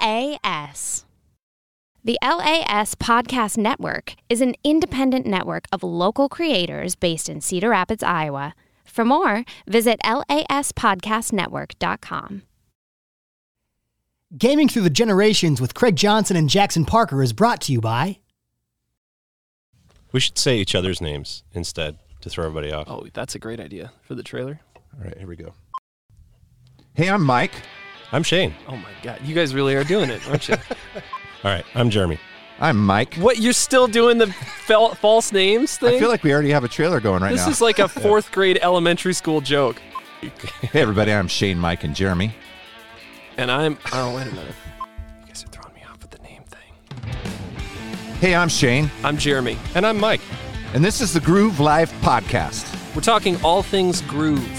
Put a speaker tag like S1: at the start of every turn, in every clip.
S1: LAS. The LAS Podcast Network is an independent network of local creators based in Cedar Rapids, Iowa. For more, visit laspodcastnetwork.com.
S2: Gaming Through the Generations with Craig Johnson and Jackson Parker is brought to you by
S3: We should say each other's names instead to throw everybody off.
S4: Oh, that's a great idea for the trailer.
S3: All right, here we go.
S5: Hey, I'm Mike.
S3: I'm Shane.
S4: Oh my god, you guys really are doing it, aren't you?
S3: All right, I'm Jeremy.
S5: I'm Mike.
S4: what you're still doing the fel- false names thing?
S5: I feel like we already have a trailer going right
S4: this
S5: now.
S4: is like a fourth grade elementary school joke.
S5: hey, everybody, I'm Shane, Mike, and Jeremy.
S4: And I'm oh wait a minute, you guys are throwing me off with the name thing.
S5: Hey, I'm Shane,
S4: I'm Jeremy.
S3: And I'm Mike.
S5: and this is the Groove Live Podcast.
S4: We're talking all things groove,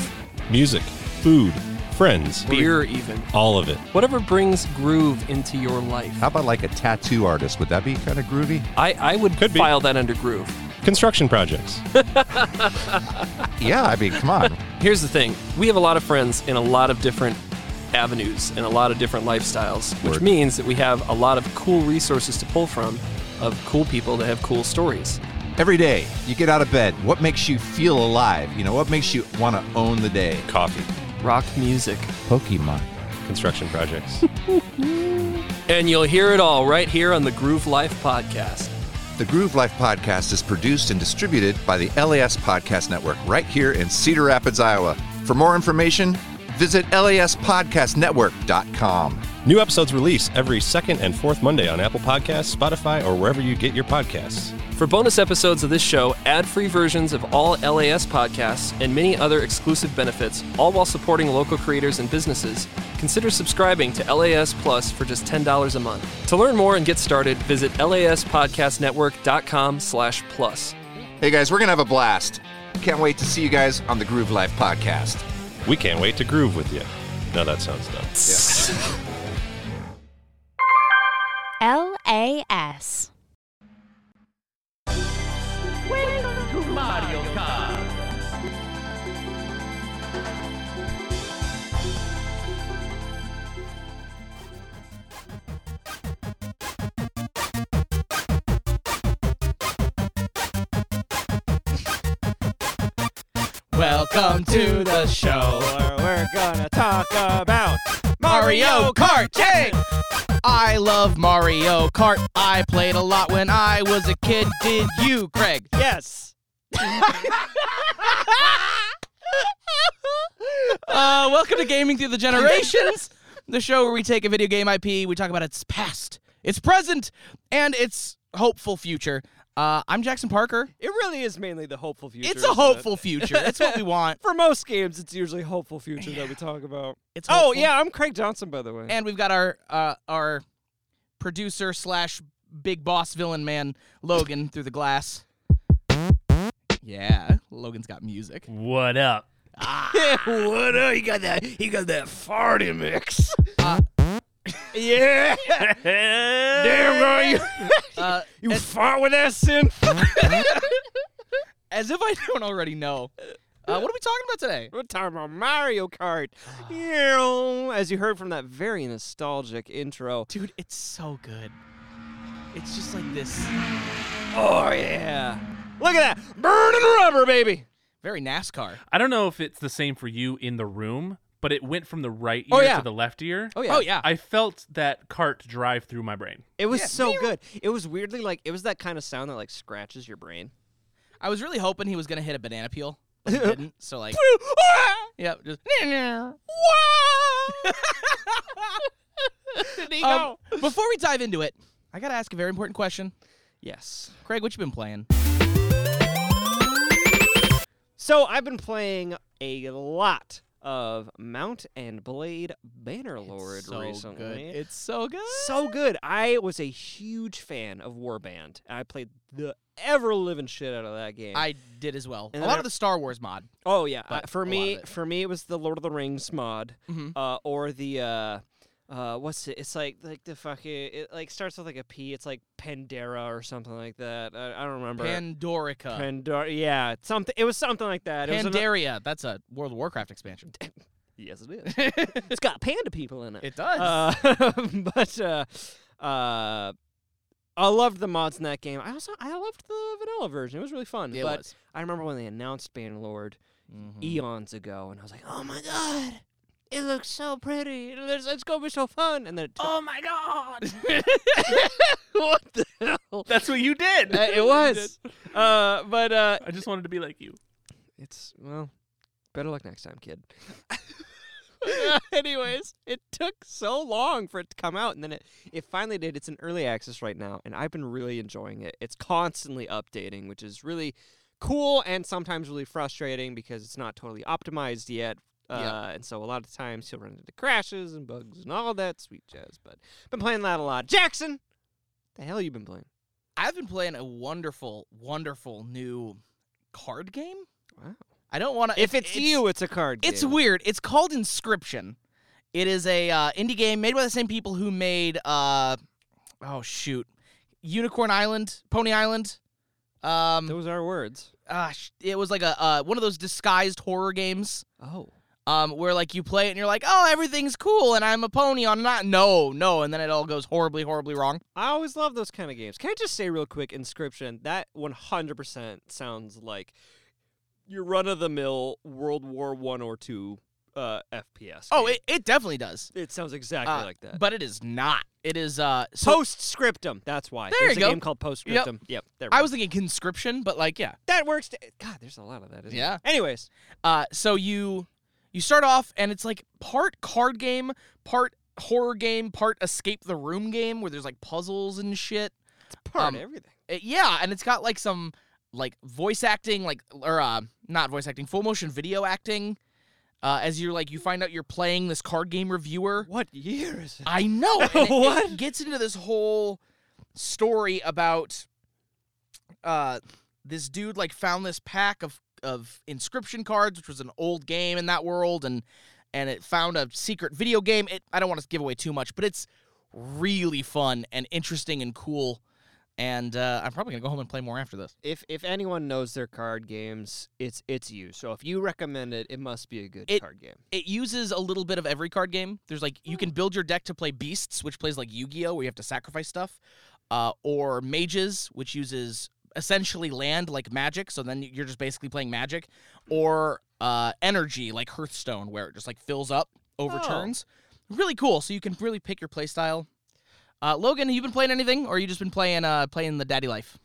S3: Music, food, friends,
S4: beer, even
S3: all of it.
S4: whatever brings groove into your life.
S5: How about like a tattoo artist? Would that be kind of groovy?
S4: I I would
S3: Could be.
S4: file that under groove.
S3: Construction projects.
S5: Yeah, I mean, come on.
S4: Here's the thing we have a lot of friends in a lot of different avenues and a lot of different lifestyles, which
S5: Word.
S4: means that we have a lot of cool resources to pull from of cool people that have cool stories.
S5: Every day you get out of bed. What makes you feel alive? You know, what makes you want to own the day?
S3: Coffee,
S4: Rock music.
S5: Pokemon.
S3: construction projects.
S4: And you'll hear it all right here on the Groove Life Podcast.
S5: The Groove Life Podcast is produced and distributed by the LAS Podcast Network right here in Cedar Rapids, Iowa. For more information, visit laspodcastnetwork.com.
S3: New episodes release every second and fourth Monday on Apple Podcasts, Spotify, or wherever you get your podcasts.
S4: For bonus episodes of this show, ad free versions of all LAS podcasts, and many other exclusive benefits, all while supporting local creators and businesses, consider subscribing to LAS Plus for just $10 a month. To learn more and get started, visit laspodcastnetwork.com slash plus.
S5: Hey guys, we're going to have a blast. Can't wait to see you guys on the Groove Life podcast.
S3: We can't wait to groove with you. Now that sounds dumb.
S1: LAS.
S6: Welcome to the show where we're gonna talk about Mario Kart. Yay! I love Mario Kart. I played a lot when I was a kid. Did you, Craig? Yes. uh, welcome to Gaming Through the Generations, the show where we take a video game IP, we talk about its past, its present, and its hopeful future. Uh, I'm Jackson Parker.
S7: It really is mainly the hopeful future.
S6: It's a
S7: isn't it?
S6: hopeful future. It's what we want.
S7: For most games, it's usually hopeful future that we talk about.
S6: It's
S7: Oh
S6: hopeful.
S7: yeah, I'm Craig Johnson, by the way.
S6: and we've got our uh, our producer slash big boss villain man Logan through the glass. Yeah, Logan's got music. Ah.
S8: What up? what up? He got that. He got that farty mix.
S6: Uh.
S8: yeah. Damn, bro, you
S6: Uh,
S8: you fart with that synth.
S6: as if I don't already know. Uh, what are we talking about today?
S7: we're talking about Mario Kart. Yeah, As you heard from that very nostalgic intro.
S6: Dude, it's so good. It's just like this
S7: Oh yeah. Look at that. Burning rubber, baby.
S6: very NASCAR.
S8: I don't know if it's the same for you in the room, but it went from the right ear
S7: Oh, yeah.
S8: to the left ear.
S7: Oh yeah.
S6: Oh yeah.
S8: I felt that cart drive through my brain.
S7: It was so good. It was weirdly like it was that kind of sound that like scratches your brain.
S6: I was really hoping he was gonna hit a banana peel. But he didn't. So like.
S7: Ah!
S6: yeah. Just. Um, before we dive into it, I gotta ask a very important question.
S7: Yes.
S6: Craig, what you been playing?
S7: So I've been playing a lot of Mount and Blade Bannerlord
S6: so
S7: recently.
S6: good. It's so good.
S7: so good. I was a huge fan of Warband. I played the ever living shit out of that game.
S6: I did as well.
S7: And
S6: a
S7: then
S6: lot
S7: I-
S6: of the Star Wars mod.
S7: oh yeah, I-
S6: but a
S7: for
S6: lot
S7: me,
S6: of it.
S7: for me, it was the Lord of the Rings mod,
S6: Mhm.
S7: uh, or the uh, uh, what's it? It's like like the fucking it like starts with like a P. It's like Pandera or something like that. I, I don't remember.
S6: Pandorica.
S7: Pandora, yeah, something. It was something like that. It was an-
S6: Pandaria. That's a World of Warcraft expansion.
S7: Yes, it is. it's got panda people in it.
S6: It does.
S7: Uh, but uh, uh, I loved the mods in that game. I also I loved the vanilla version. It was really fun.
S6: It
S7: but
S6: was.
S7: I remember when they announced Bannerlord eons ago, and I was like, "Oh my god, it looks so pretty. It looks, it's gonna be so fun." And then it took,
S9: Oh my god!
S7: what the hell?
S9: That's what you did.
S7: Uh, it was. Uh, but uh,
S9: I just wanted to be like you.
S7: it's well, better luck next time, kid. Anyways, it took so long for it to come out, and then it, it finally did. It's in early access right now, and I've been really enjoying it. It's constantly updating, which is really cool and sometimes really frustrating because it's not totally optimized yet. Uh, And so a lot of times you'll run into crashes and bugs and all that sweet jazz. But been playing that a lot. Jackson, the hell you been playing?
S6: I've been playing a wonderful, wonderful new card game.
S7: Wow.
S6: I don't want to.
S7: If it's, you, it's a card game.
S6: It's weird. It's called Inscription. It is a uh, indie game made by the same people who made uh, oh shoot, Unicorn Island, Pony Island. Um,
S7: Those are words.
S6: ah, sh- it was like a uh, one of those disguised horror games.
S7: Oh.
S6: Um, where like you play it and you're like, oh, everything's cool, and I'm a pony on not no, no, and then it all goes horribly, horribly wrong.
S7: I always love those kind of games. Can I just say real quick, Inscription? That 100% sounds like your run of the mill World War One or two uh, FPS.
S6: Oh,
S7: game.
S6: it, it definitely does,
S7: it sounds exactly
S6: uh,
S7: like that.
S6: but it is not. It is uh, so
S7: Postscriptum. That's why.
S6: There
S7: there's
S6: you
S7: a
S6: go.
S7: game called Postscriptum. Yep. there we
S6: I
S7: go.
S6: was thinking conscription, but like yeah,
S7: that works. t- God, there's a lot of that. Isn't there?
S6: Yeah.
S7: Anyways,
S6: Uh, so you you start off and it's like part card game, part horror game, part escape the room game where there's like puzzles and shit.
S7: it's part
S6: Um,
S7: of everything.
S6: Uh, yeah, and it's got like some like voice acting, like or uh, not voice acting, full motion video acting. Uh, as you're like you find out you're playing this card game reviewer.
S7: What year is it?
S6: I know. and it-
S7: What?
S6: It gets into this whole story about uh this dude like found this pack of of inscription cards, which was an old game in that world, and and it found a secret video game. It I don't want to give away too much, but it's really fun and interesting and cool. And uh, I'm probably gonna go home and play more after this.
S7: If if anyone knows their card games, it's it's you. So if you recommend it, it must be a good
S6: It-
S7: card game.
S6: It uses a little bit of every card game. There's like you can build your deck to play beasts, which plays like Yu-Gi-Oh, where you have to sacrifice stuff, uh, or mages, which uses essentially land like magic. So then you're just basically playing magic, or uh, energy like Hearthstone, where it just like fills up over
S7: Oh.
S6: turns. Really cool. So you can really pick your play style. Uh, Logan, have you been playing anything, or you just been playing uh, playing the Daddy Life?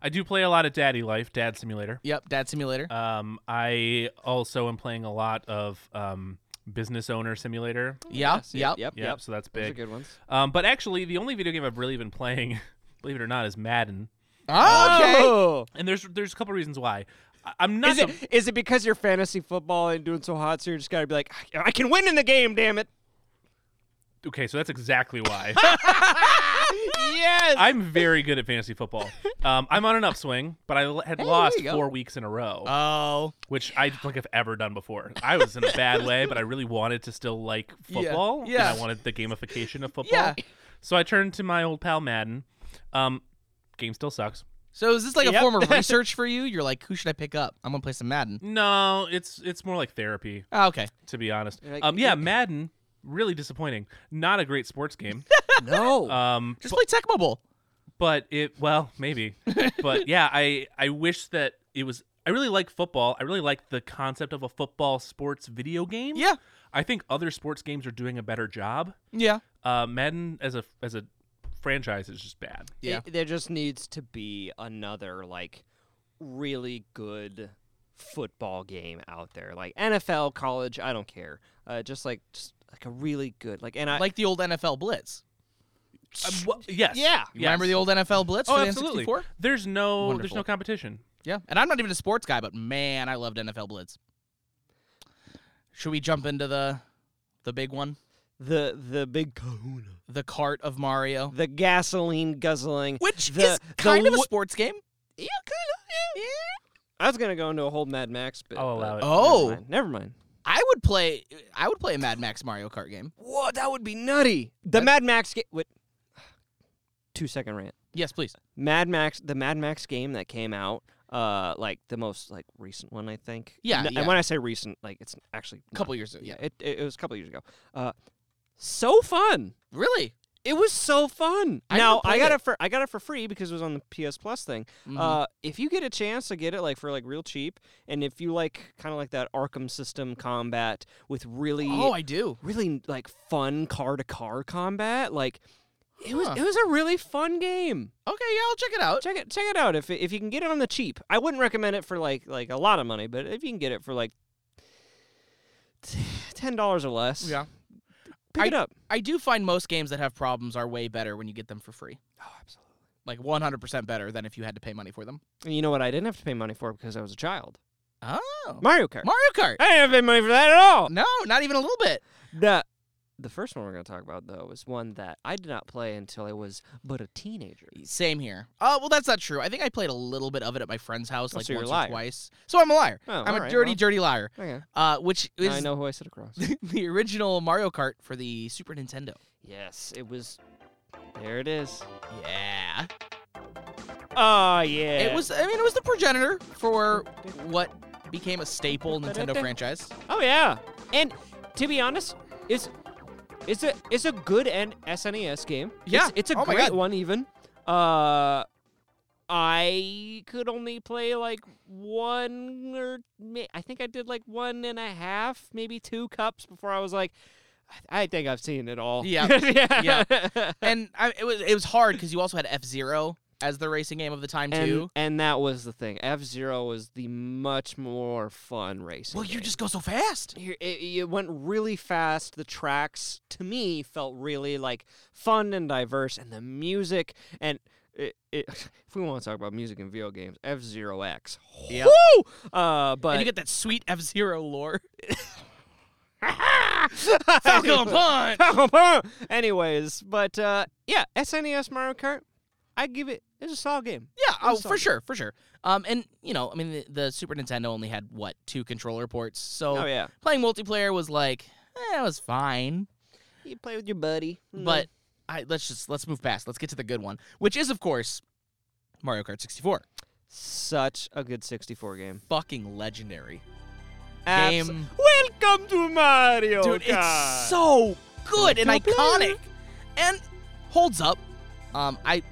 S8: I do play a lot of Daddy Life, Dad Simulator.
S6: Yep, Dad Simulator.
S8: Um, I also am playing a lot of um, Business Owner Simulator.
S6: yeah,
S7: Yes,
S6: oh, yep.
S7: Yep.
S8: Yeah, so that's
S7: Those are
S8: big.
S7: good ones.
S8: Um, but actually, the only video game I've really been playing, believe it or not, is Madden.
S6: Oh, okay.
S7: Oh.
S8: And there's there's a couple reasons why. I- I'm not.
S7: Is it, is it because you're fantasy football and doing so hot, so you're just gotta be like, "I- I can win in the game, damn it.
S8: the- okay, so that's exactly why.
S7: Yes.
S8: I'm very good at fantasy football. Um, I'm on an upswing, but I l- had lost
S7: you go. Uh,
S8: four weeks in a row,
S6: Oh,
S8: which I don't think I've ever done before. I was in a bad way, but I really wanted to still like football.
S6: yeah.
S8: And I wanted the gamification of football.
S6: Yeah.
S8: So I turned to my old pal Madden. Um, game still sucks.
S6: So is this like a
S7: Yep.
S6: form of research for you? You're like, who should I pick up? I'm gonna play some Madden.
S8: No, it's it's more like therapy,
S6: Oh, okay.
S8: to be honest.
S7: You're like-
S8: Um, yeah, Madden, really disappointing. Not a great sports game.
S7: no.
S8: Um,
S6: Just play Tecmo Bowl.
S8: but it well maybe but yeah i i wish that it was i really like football i really like the concept of a football sports video game
S6: Yeah.
S8: i think other sports games are doing a better job
S6: Yeah.
S8: uh madden as a as a franchise is just bad
S6: Yeah.
S7: It- there just needs to be another, like, really good football game out there. Like NFL, college, I don't care. Uh, just like just like a really good like and I
S6: like the old NFL Blitz.
S8: Um, wha- yes
S7: Yeah.
S8: Yes.
S6: Remember the old NFL Blitz
S8: oh
S6: for the
S8: absolutely
S6: N64?
S8: there's no there's
S6: Wonderful.
S8: no competition
S6: Yeah. And I'm not even a sports guy, but man, I loved NFL Blitz. Should we jump into the the big one?
S7: the the big kahuna.
S6: The cart of Mario.
S7: The gasoline guzzling.
S6: Which
S7: the-
S6: is
S7: the
S6: kind of a
S7: wo-
S6: sports game.
S7: Yeah, kinda, yeah. I was gonna go into a whole Mad Max bit.
S8: I'll allow
S7: but uh,
S8: it.
S7: never
S6: Oh.
S7: mind, never mind.
S6: I would play I would play a Mad Max Mario Kart game.
S7: Whoa, that would be nutty. The Mad Max game. Wait, two second rant.
S6: Yes, please.
S7: Mad Max, the Mad Max game that came out Uh, like the most like recent one, I think.
S6: Yeah,
S7: N-
S6: yeah.
S7: And when I say recent, like it's actually
S6: A
S7: not-
S6: couple years ago.
S7: Yeah,
S6: Yeah.
S7: it, it, it was a couple years ago. Uh, so fun.
S6: Really?
S7: It was so fun.
S6: I
S7: now
S6: never
S7: I
S6: played
S7: got
S6: it.
S7: it. for I got it for free because it was on the PS Plus thing.
S6: Mhm.
S7: Uh, if you get a chance to get it like for like real cheap, and if you like kind of like that Arkham system combat with really
S6: oh, I do.
S7: really like fun car to car combat, like it was
S6: Huh.
S7: it was a really fun game.
S6: Okay, yeah, I'll check it out.
S7: Check it check it out if if you can get it on the cheap. I wouldn't recommend it for like like a lot of money, but if you can get it for like t- ten dollars or less,
S6: Yeah.
S7: pick it up.
S6: I do find most games that have problems are way better when you get them for free.
S7: Oh, absolutely.
S6: Like 100% better than if you had to pay money for them.
S7: And you know what? I didn't have to pay money for it because I was a child.
S6: Oh.
S7: Mario Kart.
S6: Mario Kart.
S7: I didn't have to pay money for that at all.
S6: No, not even a little bit.
S7: The the first one we're going to talk about though was one that I did not play until I was but a teenager.
S6: Same here. Oh, well, that's not true. I think I played a little bit of it at my friend's house
S7: Oh,
S6: like
S7: so you're
S6: once
S7: a liar.
S6: or twice. So I'm a liar.
S7: Oh,
S6: I'm a
S7: alright,
S6: dirty,
S7: well.
S6: dirty liar.
S7: Okay.
S6: Uh, which
S7: Now I
S6: is
S7: know who I sit across.
S6: the original Mario Kart for the Super Nintendo.
S7: yes, it was. There it is.
S6: Yeah.
S7: Oh yeah.
S6: It was. I mean, it was the progenitor for what became a staple Nintendo franchise.
S7: Oh yeah. And to be honest, it's it's a it's a good N- SNES game.
S6: Yeah.
S7: It's, it's a
S6: Oh my
S7: great
S6: God.
S7: one even. Uh I could only play like one or ma- I think I did like one and a half, maybe two cups before I was like, I think I've seen it all.
S6: Yeah.
S7: yeah.
S6: And I, it was it was hard because you also had F Zero as the racing game of the time
S7: And,
S6: too.
S7: and that was the thing. F Zero was the much more fun racing.
S6: Well, you
S7: game.
S6: just go so fast.
S7: Here- it, it went really fast. The tracks, to me, felt really like fun and diverse, and the music and it, it, if we want to talk about music and video games, F Zero X,
S6: Yeah.
S7: whoo! Uh, but
S6: and you get that sweet F Zero lore.
S7: Falcon
S6: Falcon Punch.
S7: Anyways, but uh, yeah, SNES Mario Kart, I give it. It's a solid game.
S6: Yeah, oh,
S7: was
S6: for
S7: solid.
S6: sure, for sure. Um, and you know, I mean, the, the Super Nintendo only had what two controller ports, so
S7: Oh yeah,
S6: playing multiplayer was like, eh, it was fine.
S7: you play with your buddy,
S6: But I let's just let's move past. Let's get to the good one, which is of course Mario Kart 64.
S7: such a good 64 game.
S6: Fucking legendary,
S7: Abs-
S6: Game.
S7: Welcome to Mario
S6: dude.
S7: Kart.
S6: It's so good and
S7: Good
S6: iconic, and holds up. Um, I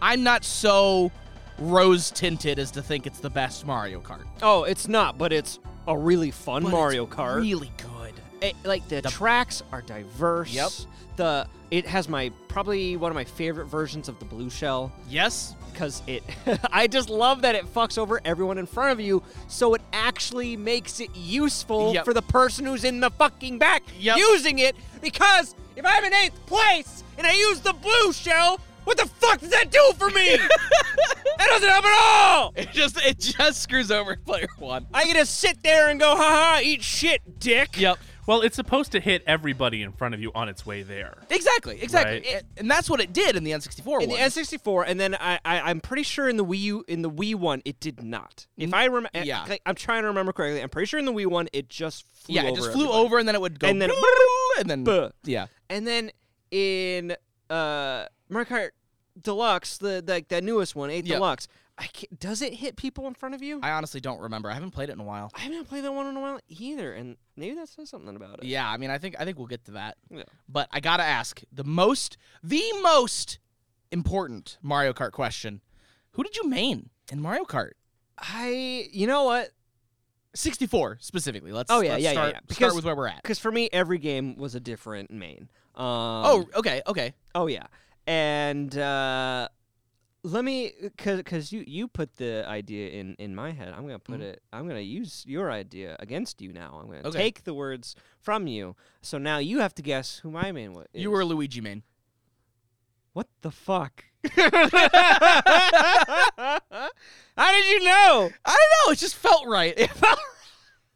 S6: I'm not so rose tinted as to think it's the best Mario Kart.
S7: Oh, it's not, but it's a really fun
S6: but it's
S7: Mario Kart.
S6: really good.
S7: It- eh, like the, tracks are diverse.
S6: Yep.
S7: The it has my probably one of my favorite versions of the blue shell
S6: Yes,
S7: because it I just love that it fucks over everyone in front of you, so it actually makes it useful
S6: Yep.
S7: for the person who's in the fucking back
S6: Yep.
S7: using it. Because if I'm in eighth place and I use the blue shell, what the fuck does that do for me? that doesn't help at all.
S6: It just it just screws over player one.
S7: I get to sit there and go, ha ha, eat shit, dick.
S6: Yep.
S8: Well, it's supposed to hit everybody in front of you on its way there.
S6: Exactly. Exactly.
S8: Right.
S6: It- and that's what it did in the N64
S7: in the
S6: one.
S7: N64, and then I, I I'm pretty sure in the Wii U in the Wii one it did not. If I remember,
S6: Mm, yeah.
S7: I'm trying to remember correctly. I'm pretty sure in the Wii one it just flew
S6: yeah,
S7: over.
S6: it just flew
S7: everybody.
S6: over and then it would go
S7: And then-
S6: brrrr, and then
S7: Buh.
S6: yeah.
S7: And then in uh Mario Kart Deluxe, the like the, newest one, eight
S6: Yeah.
S7: Deluxe, I can't, does it hit people in front of you? I,
S6: I honestly don't remember. I haven't played it in a while.
S7: haven't played that one in a while either, and maybe that says something about it.
S6: Yeah, I mean, I think I think we'll get to that.
S7: Yeah.
S6: But I gotta ask the most the most important Mario Kart question: Who did you main in Mario Kart
S7: I you know what?
S6: 64 specifically? Let's
S7: Oh, yeah,
S6: let's
S7: yeah, yeah,
S6: start,
S7: yeah.
S6: start
S7: Because-
S6: with where we're at.
S7: Because for me, every game was a different main. Um,
S6: oh, okay, okay.
S7: Oh yeah, and uh, let me, cause, cause you you put the idea in in my head. I'm gonna put it. I'm gonna use your idea against you now. I'm gonna
S6: Okay.
S7: take the words from you. So now you have to guess who my man was.
S6: You were Luigi main.
S7: what the fuck? How did you know?
S6: I don't know. It just felt right. It felt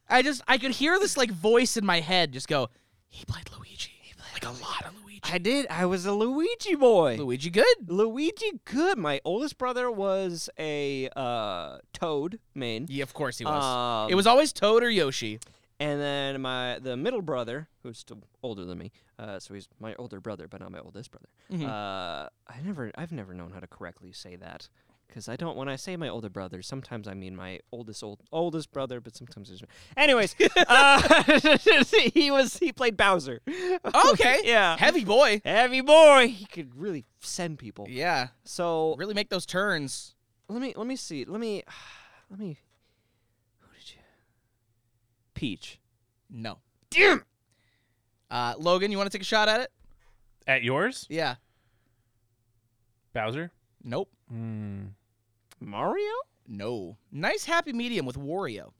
S6: I just I could hear this like voice in my head just go, he played Luigi. He played like a lot of Luigi.
S7: I did. I was a Luigi boy.
S6: Luigi good.
S7: Luigi good. My oldest brother was a uh, Toad main.
S6: Yeah, of course he was.
S7: Um,
S6: it was always Toad or Yoshi.
S7: And then my the middle brother, who's still older than me, uh, so he's my older brother, but not my oldest brother.
S6: Mhm.
S7: Uh, I never, I've never known how to correctly say that. because I don't. When I say my older brother, sometimes I mean my oldest old oldest brother, but sometimes it's. Anyways, uh, he was he played Bowser.
S6: Okay.
S7: yeah.
S6: Heavy boy.
S7: Heavy boy, he could really send people.
S6: Yeah.
S7: So
S6: Really make those turns.
S7: let me let me see. Let me let me. Who did you? Peach.
S6: No. Damn. Uh, Logan, you want to take a shot at it?
S8: At yours,
S6: Yeah.
S8: Bowser.
S6: Nope.
S8: Mm.
S7: Mario.
S6: No. Nice happy medium with Wario.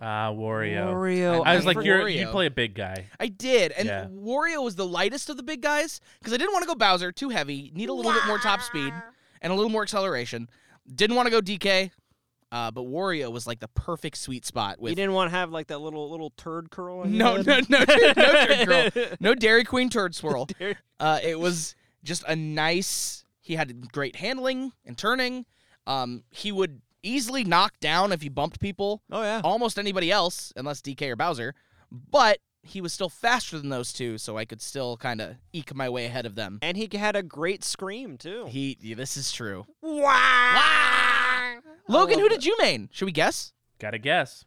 S8: Ah, Wario.
S7: Wario.
S8: I was
S6: I
S8: like, you're, you
S6: Wario.
S8: play a big guy.
S6: I did, and
S8: Yeah.
S6: Wario was the lightest of the big guys because I didn't want to go Bowser too heavy. Need a little bit more top speed and a little more acceleration. Didn't want to go DK, uh, but Wario was like the perfect sweet spot
S7: You
S6: with
S7: didn't want to have like that little little turd curl. on your
S6: no,
S7: head?
S6: no, no, tur- no turd girl, no Dairy Queen turd swirl.
S7: Dairy-
S6: Uh, it was just a nice. He had great handling and turning. Um, he would easily knock down if he bumped people,
S7: Oh yeah.
S6: almost anybody else, unless DK or Bowser. But he was still faster than those two, so I could still kind of eke my way ahead of them.
S7: And he had a great scream too.
S6: He, yeah, this is true.
S7: wow.
S6: Logan, who did you main? Should we guess?
S8: Got to guess.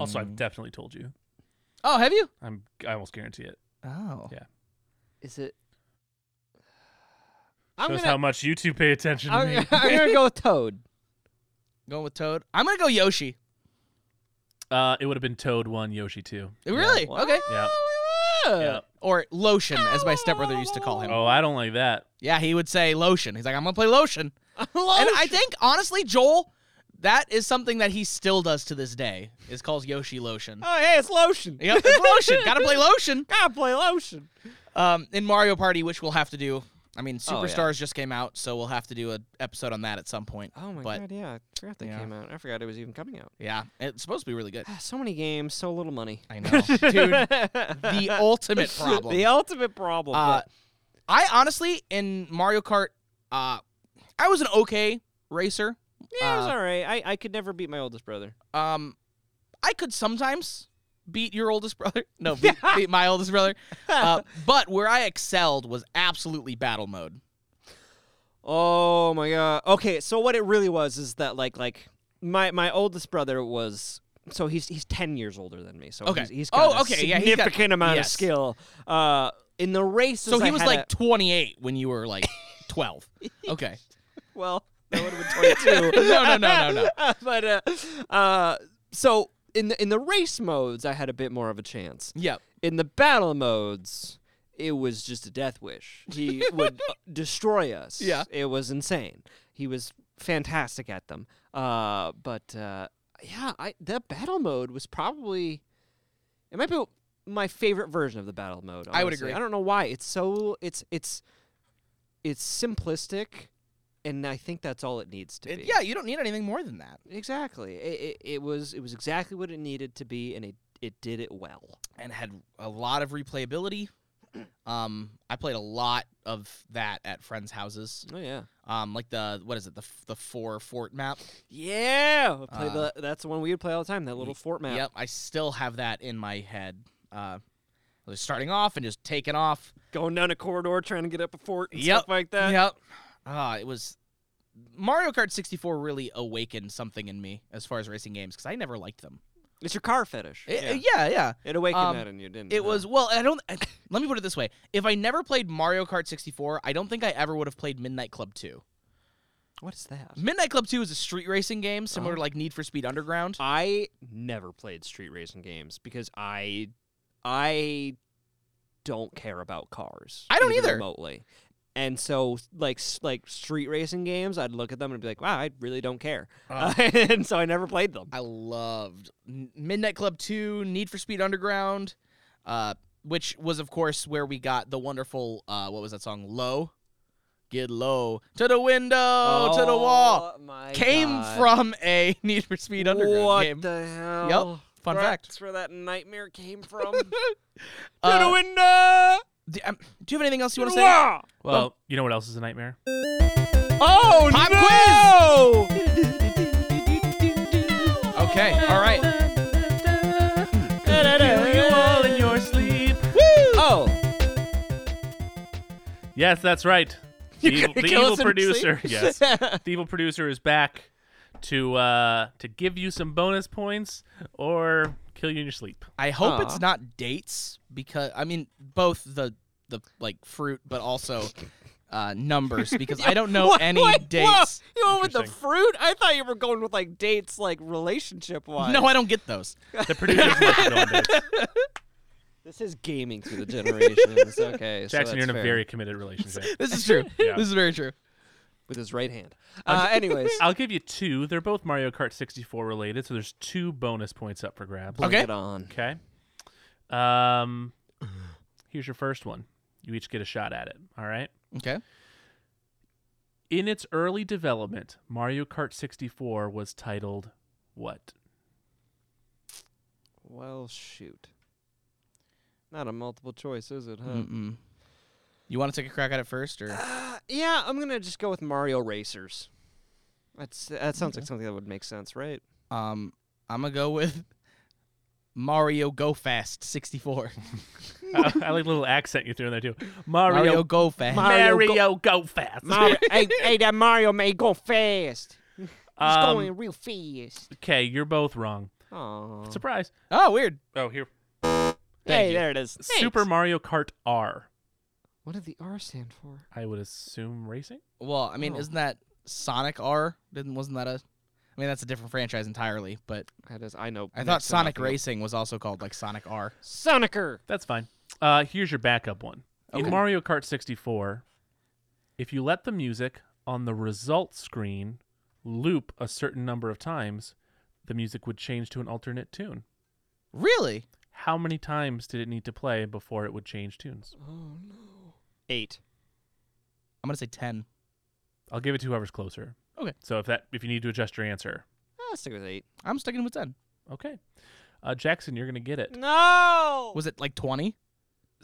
S8: Also, I've definitely told you.
S6: Oh, have you?
S8: I'm. I almost guarantee it.
S6: Oh,
S8: Yeah.
S7: Is it?
S8: Shows
S7: I'm gonna,
S8: how much you two pay attention to me.
S7: I'm, I'm gonna go with Toad.
S6: going with Toad. I'm gonna go Yoshi.
S8: uh, it would have been Toad one, Yoshi two.
S6: Really? Okay.
S8: Yeah. Yeah.
S6: Or lotion, as my stepbrother used to call him.
S8: Oh, I don't like that.
S6: Yeah, he would say lotion. He's like, I'm gonna play lotion. And I think honestly, Joel, that is something that he still does to this day. Is calls Yoshi lotion.
S7: Oh hey, it's lotion.
S6: Yep, it's lotion. Gotta play lotion.
S7: Gotta play lotion.
S6: Um, in Mario Party, which we'll have to do. I mean,
S7: Oh, yeah.
S6: Superstars just came out, so we'll have to do an episode on that at some point.
S7: Oh my
S6: But-
S7: god, yeah, I forgot that
S6: Yeah. Ah,
S7: came out. I forgot it was even coming out.
S6: Yeah, it's supposed to be really good.
S7: So many games, so little money.
S6: I know, dude. The ultimate problem.
S7: the ultimate problem.
S6: Uh, I honestly, in Mario Kart, uh, I was an okay racer.
S7: yeah, it was
S6: uh,
S7: all right. I, I could never beat my oldest brother.
S6: Um, I could sometimes beat your oldest brother. No, beat, beat my oldest brother. Uh, but where I excelled was absolutely battle mode.
S7: Oh my god. Okay, so what it really was is that like like my my oldest brother was so he's he's ten years older than me. So
S6: Okay.
S7: he's, he's got
S6: Oh,
S7: a
S6: okay, yeah, he's got-
S7: significant amount
S6: yes.
S7: of skill. Uh, in the races,
S6: So he
S7: I
S6: was
S7: had
S6: like
S7: a-
S6: 28 when you were like 12. Okay.
S7: well, that would have been 22.
S6: No, no, no, no,
S7: no. but uh, uh, so in the in the race modes, I had a bit more of a chance.
S6: Yep.
S7: In the battle modes, it was just a death wish. He would uh, destroy us.
S6: Yeah.
S7: it was insane. He was fantastic at them. Uh, but uh, yeah, I that battle mode was probably it might be my favorite version of the battle mode.
S6: I would
S7: honestly.
S6: agree.
S7: I don't know why. It's so it's it's it's simplistic, and I think that's all it needs to
S6: It-
S7: be.
S6: yeah, you don't need anything more than that.
S7: exactly. It, it, it was it was exactly what it needed to be, and it it did it well.
S6: And had a lot of replayability. Um, I played a lot of that at friends' houses.
S7: Oh yeah,
S6: Um, like the what is it? The f- the four fort map.
S7: yeah. Play
S6: Uh,
S7: the that's the one we would play all the time. That little fort map.
S6: Yep, I still have that in my head. Uh, I was starting off and just taking off.
S7: Going down a corridor trying to get up a fort and
S6: Yep.
S7: stuff like that.
S6: yep. Ah, it was Mario Kart 64 really awakened something in me as far as racing games because I never liked them.
S7: It's your car fetish.
S6: It-
S7: yeah.
S6: yeah, yeah.
S7: It awakened
S6: um,
S7: that in you, didn't it?
S6: It was well. I don't. let me put it this way: if I never played Mario Kart 64, I don't think I ever would have played Midnight Club 2.
S7: What is that?
S6: Midnight Club 2 is a street racing game
S7: Uh-huh.
S6: similar to like Need for Speed Underground.
S7: I never played street racing games because I I don't care about cars.
S6: I don't
S7: even
S6: either.
S7: remotely. And so like s- like street racing games, I'd look at them and be like, "Wow, I really don't care." and so I never played them.
S6: I loved N- Midnight Club 2, Need for Speed Underground, uh, which was, of course, where we got the wonderful, uh, what was that song? Low? Get low. To the window, to the wall.
S7: Oh my
S6: Came
S7: God.
S6: from a Need for Speed Underground
S7: what
S6: game.
S7: the hell?
S6: Yep. Fun fact.
S7: That's where that nightmare came from.
S6: Uh,
S7: window.
S6: do, um, do you have anything else you want to say?
S7: Wall.
S8: Well, you know what else is a nightmare?
S7: Oh
S6: Pop
S7: no!
S6: Okay, all right.
S8: your sleep.
S7: Oh.
S8: Yes, that's right. The evil,
S7: gonna
S8: the
S7: kill
S8: evil
S7: us in our
S8: producer,
S7: sleep?
S8: yes, the evil producer is back to uh to give you some bonus points or kill you in your sleep.
S6: I hope
S7: Aw.
S6: it's not dates because I mean both the the like fruit, but also uh, numbers because I don't know
S7: What-
S6: any
S7: what? Whoa,
S6: dates.
S7: You went with the
S8: Interesting.
S7: fruit? I thought you were going with like dates, like relationship wise.
S6: No, I don't get those.
S8: The producer's left it on there.
S7: This is gaming through the generations. Okay, so
S8: Jackson, you're in a
S7: that's fair.
S8: very committed relationship.
S6: This is true.
S8: Yeah.
S6: This is very true.
S7: with his right hand. Uh, anyways,
S4: Ah,
S8: I'll give you two. They're both Mario Kart 64 related, so there's two bonus points up for grabs.
S7: bring
S6: Okay.
S7: it on.
S8: Okay. Um, here's your first one. You each get a shot at it. All right.
S6: Okay.
S8: In its early development, Mario Kart 64 was titled what?
S7: Well, shoot. Not a multiple choice, is it? Huh?
S6: Mm-mm. You want to take a crack at it first, or
S7: Uh, yeah, I'm gonna just go with Mario Racers. That's that sounds like something that would make sense, right?
S6: um, I'm gonna go with Mario Go Fast 64.
S8: I, I like the little accent you threw in there too. Mario,
S6: Mario
S8: Mario,
S6: Go Fast.
S8: go, fast.
S7: hey, hey, that Mario may go fast. He's
S8: Um,
S7: going real fast.
S8: okay, you're both wrong.
S7: Aw.
S8: Surprise.
S6: oh, weird.
S8: Oh, here.
S7: Hey,
S6: you.
S7: there it is.
S8: Super
S7: Thanks.
S8: Mario Kart R.
S7: What did the R stand for?
S8: I would assume racing.
S6: Well, I mean,
S7: Oh.
S6: isn't that Sonic R? Didn't wasn't that a? I mean, that's a different franchise entirely. But
S7: That is, I know.
S6: I
S7: next
S6: thought
S7: to
S6: Sonic
S7: nothing.
S6: Racing was also called like Sonic R.
S7: Sonicer.
S8: That's fine. Uh, here's your backup one. In
S6: Okay.
S8: Mario Kart 64, if you let the music on the result screen loop a certain number of times, the music would change to an alternate tune.
S6: Really?
S8: How many times did it need to play before it would change tunes?
S7: Oh, Eight.
S6: I'm gonna say ten.
S8: I'll give it to whoever's closer.
S6: Okay.
S8: So if that if you need to adjust your answer,
S7: I'll stick with eight.
S6: I'm sticking with ten.
S8: okay. Uh, Jackson, you're gonna get it.
S7: No.
S6: Was it like twenty?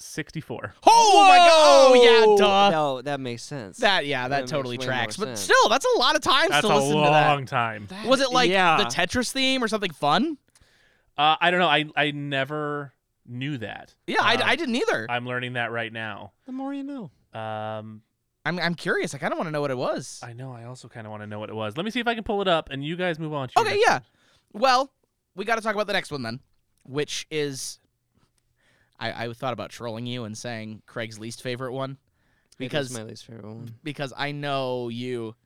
S8: 64.
S6: Oh my god! Oh yeah, duh.
S7: No, that makes sense.
S6: That yeah,
S7: That
S6: that,
S7: makes
S6: totally
S7: way
S6: tracks.
S7: more
S6: But
S7: sense.
S6: still, that's a lot of times
S8: That's
S6: to
S8: a
S6: listen to
S8: long
S6: that.
S8: time.
S6: Was it like
S7: Yeah.
S6: the Tetris theme or something fun?
S8: Uh, I don't know. I I never knew that.
S6: Yeah,
S8: Uh,
S6: I, I didn't either.
S8: I'm learning that right now.
S7: The more you know.
S8: Um,
S6: I'm I'm curious. I kind of want to know what it was.
S8: I know. I also kind of want to know what it was. Let me see if I can pull it up, and you guys move on. To your
S6: Okay,
S8: next
S6: yeah. Well, we got to talk about the next one then, which is I, I thought about trolling you and saying Craig's least favorite one
S7: Because
S6: because
S7: my least favorite one.
S6: because I know you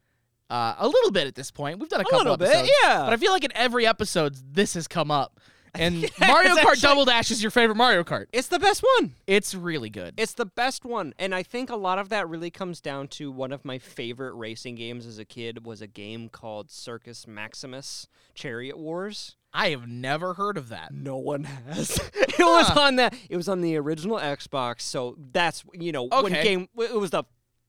S6: uh, a little bit at this point. We've done a
S7: A
S6: couple
S7: little bit,
S6: episodes,
S7: yeah.
S6: But I feel like in every episode this has come up. And Mario
S7: it's
S6: Kart
S7: actually-
S6: Double Dash is your favorite Mario Kart.
S7: It's the best one.
S6: It's really good.
S7: It's the best one. And I think a lot of that really comes down to one of my favorite racing games as a kid was a game called Circus Maximus Chariot Wars.
S6: I have never heard of that.
S7: No one has. it was on the it was on the original Xbox, so that's you know, when
S6: Okay.
S7: game it was the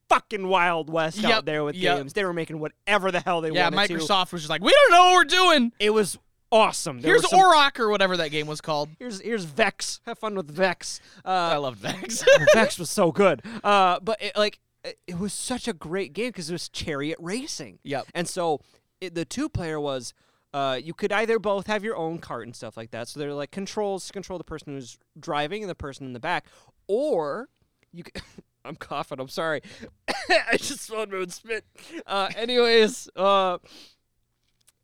S7: fucking wild west
S6: Yep,
S7: out there with
S6: yep.
S7: games. They were making whatever the hell they
S6: Yeah,
S7: wanted to.
S6: Microsoft was just like, we don't know what we're doing.
S7: It was awesome. There
S6: Here's
S7: were some-
S6: Oroch or whatever that game was called.
S7: Here's here's Vex. Have fun with Vex.
S6: I
S7: Uh,
S6: loved Vex.
S7: Vex was so good. Uh, but it, like it, it was such a great game because it was chariot racing.
S6: Yep.
S7: And so it, the two player was. Uh, you could either both have your own cart and stuff like that. So they're like controls to control the person who's driving and the person in the back, or you. c I'm coughing. I'm sorry. I just swallowed my own spit. Uh, anyways, uh,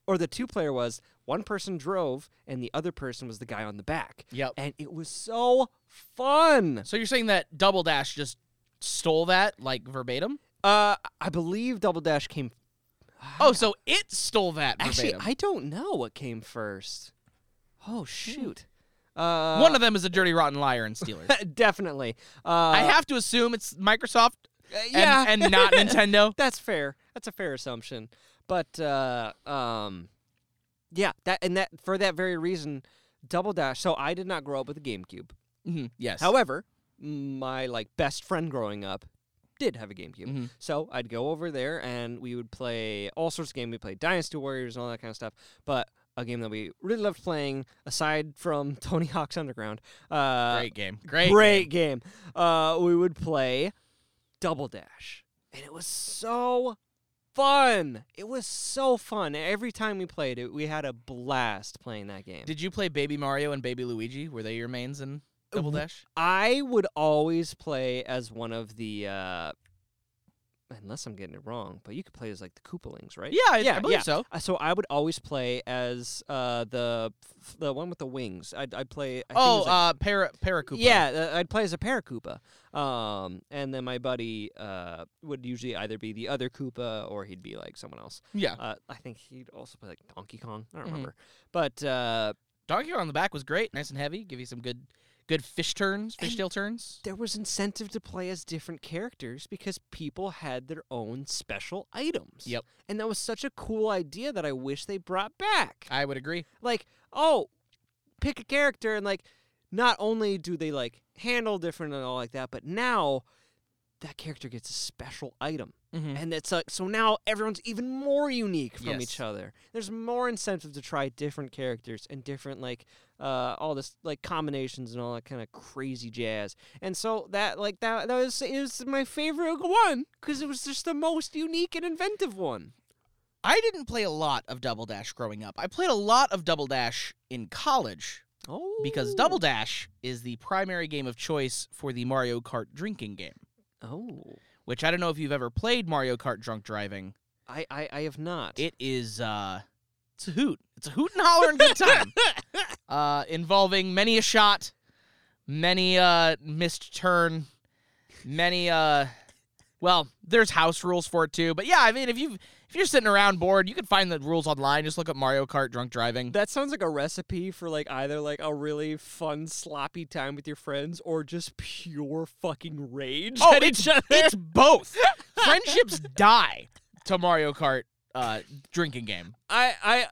S7: or the two player was one person drove and the other person was the guy on the back.
S6: Yep.
S7: And it was so fun.
S6: So you're saying that Double Dash just stole that like verbatim?
S7: Uh, I believe Double Dash came.
S6: Oh, so it stole that
S7: Actually,
S6: verbatim.
S7: I don't know what came first. Oh shoot. Uh,
S6: One of them is a dirty rotten liar and stealer.
S7: definitely. Uh,
S6: I have to assume it's Microsoft and,
S7: yeah.
S6: and not Nintendo.
S7: That's fair. That's a fair assumption. But uh, um, yeah, that and that for that very reason, Double Dash. So I did not grow up with a GameCube.
S6: Mhm, Yes.
S7: However, my like best friend growing up did have a GameCube.
S6: Mhm.
S7: So I'd go over there and we would play all sorts of games. We played Dynasty Warriors and all that kind of stuff. But a game that we really loved playing, aside from Tony Hawk's Underground, uh,
S6: great game. Great.
S7: great game. Uh, we would play Double Dash, and it was so fun. It was so fun. Every time we played it, we had a blast playing that game.
S6: Did you play Baby Mario and Baby Luigi? Were they your mains in Double Dash?
S7: I would always play as one of the uh,
S4: unless I'm getting it wrong, but you could play as like the Koopalings, right?
S6: Yeah, I, I believe so.
S4: Uh, So I would always play as uh, the the one with the wings. I'd, I'd play. I think it
S6: oh,
S4: was, like,
S6: uh, para Paracoopa.
S4: Yeah, uh, I'd play as a para Koopa. Um, and then my buddy uh, would usually either be the other Koopa or he'd be like someone else.
S6: yeah.
S4: Uh, I think he'd also play like Donkey Kong. I don't remember. But uh,
S6: Donkey Kong on the back was great, nice and heavy. Give you some good, good fish turns, fishtail turns.
S4: there was incentive to play as different characters because people had their own special items.
S6: Yep.
S4: And that was such a cool idea that I wish they brought back.
S6: I would agree.
S4: like oh pick a character and like not only do they like handle different and all like that but now that character gets a special item and it's like so now everyone's even more unique from each
S6: Yes.
S4: other there's more incentive to try different characters and different like uh, all this like combinations and all that kind of crazy jazz and so that like that that was it was my favorite one because it was just the most unique and inventive one
S6: I didn't play a lot of Double Dash growing up. I played a lot of Double Dash in college
S4: oh
S6: because Double Dash is the primary game of choice for the Mario Kart drinking game.
S4: oh
S6: Which I don't know if you've ever played Mario Kart Drunk Driving.
S4: I, I i have not
S6: It is uh, it's a hoot. It's a hoot and holler and good time. uh, involving many a shot, many uh missed turn, many uh, well, there's house rules for it too. But yeah, I mean, if you if you're sitting around bored, you can find the rules online. Just look up Mario Kart Drunk Driving.
S4: That sounds like a recipe for like either like a really fun sloppy time with your friends or just pure fucking rage
S6: Oh,
S4: at
S6: it's,
S4: each other.
S6: it's both. Friendships die to Mario Kart uh, drinking game.
S4: I I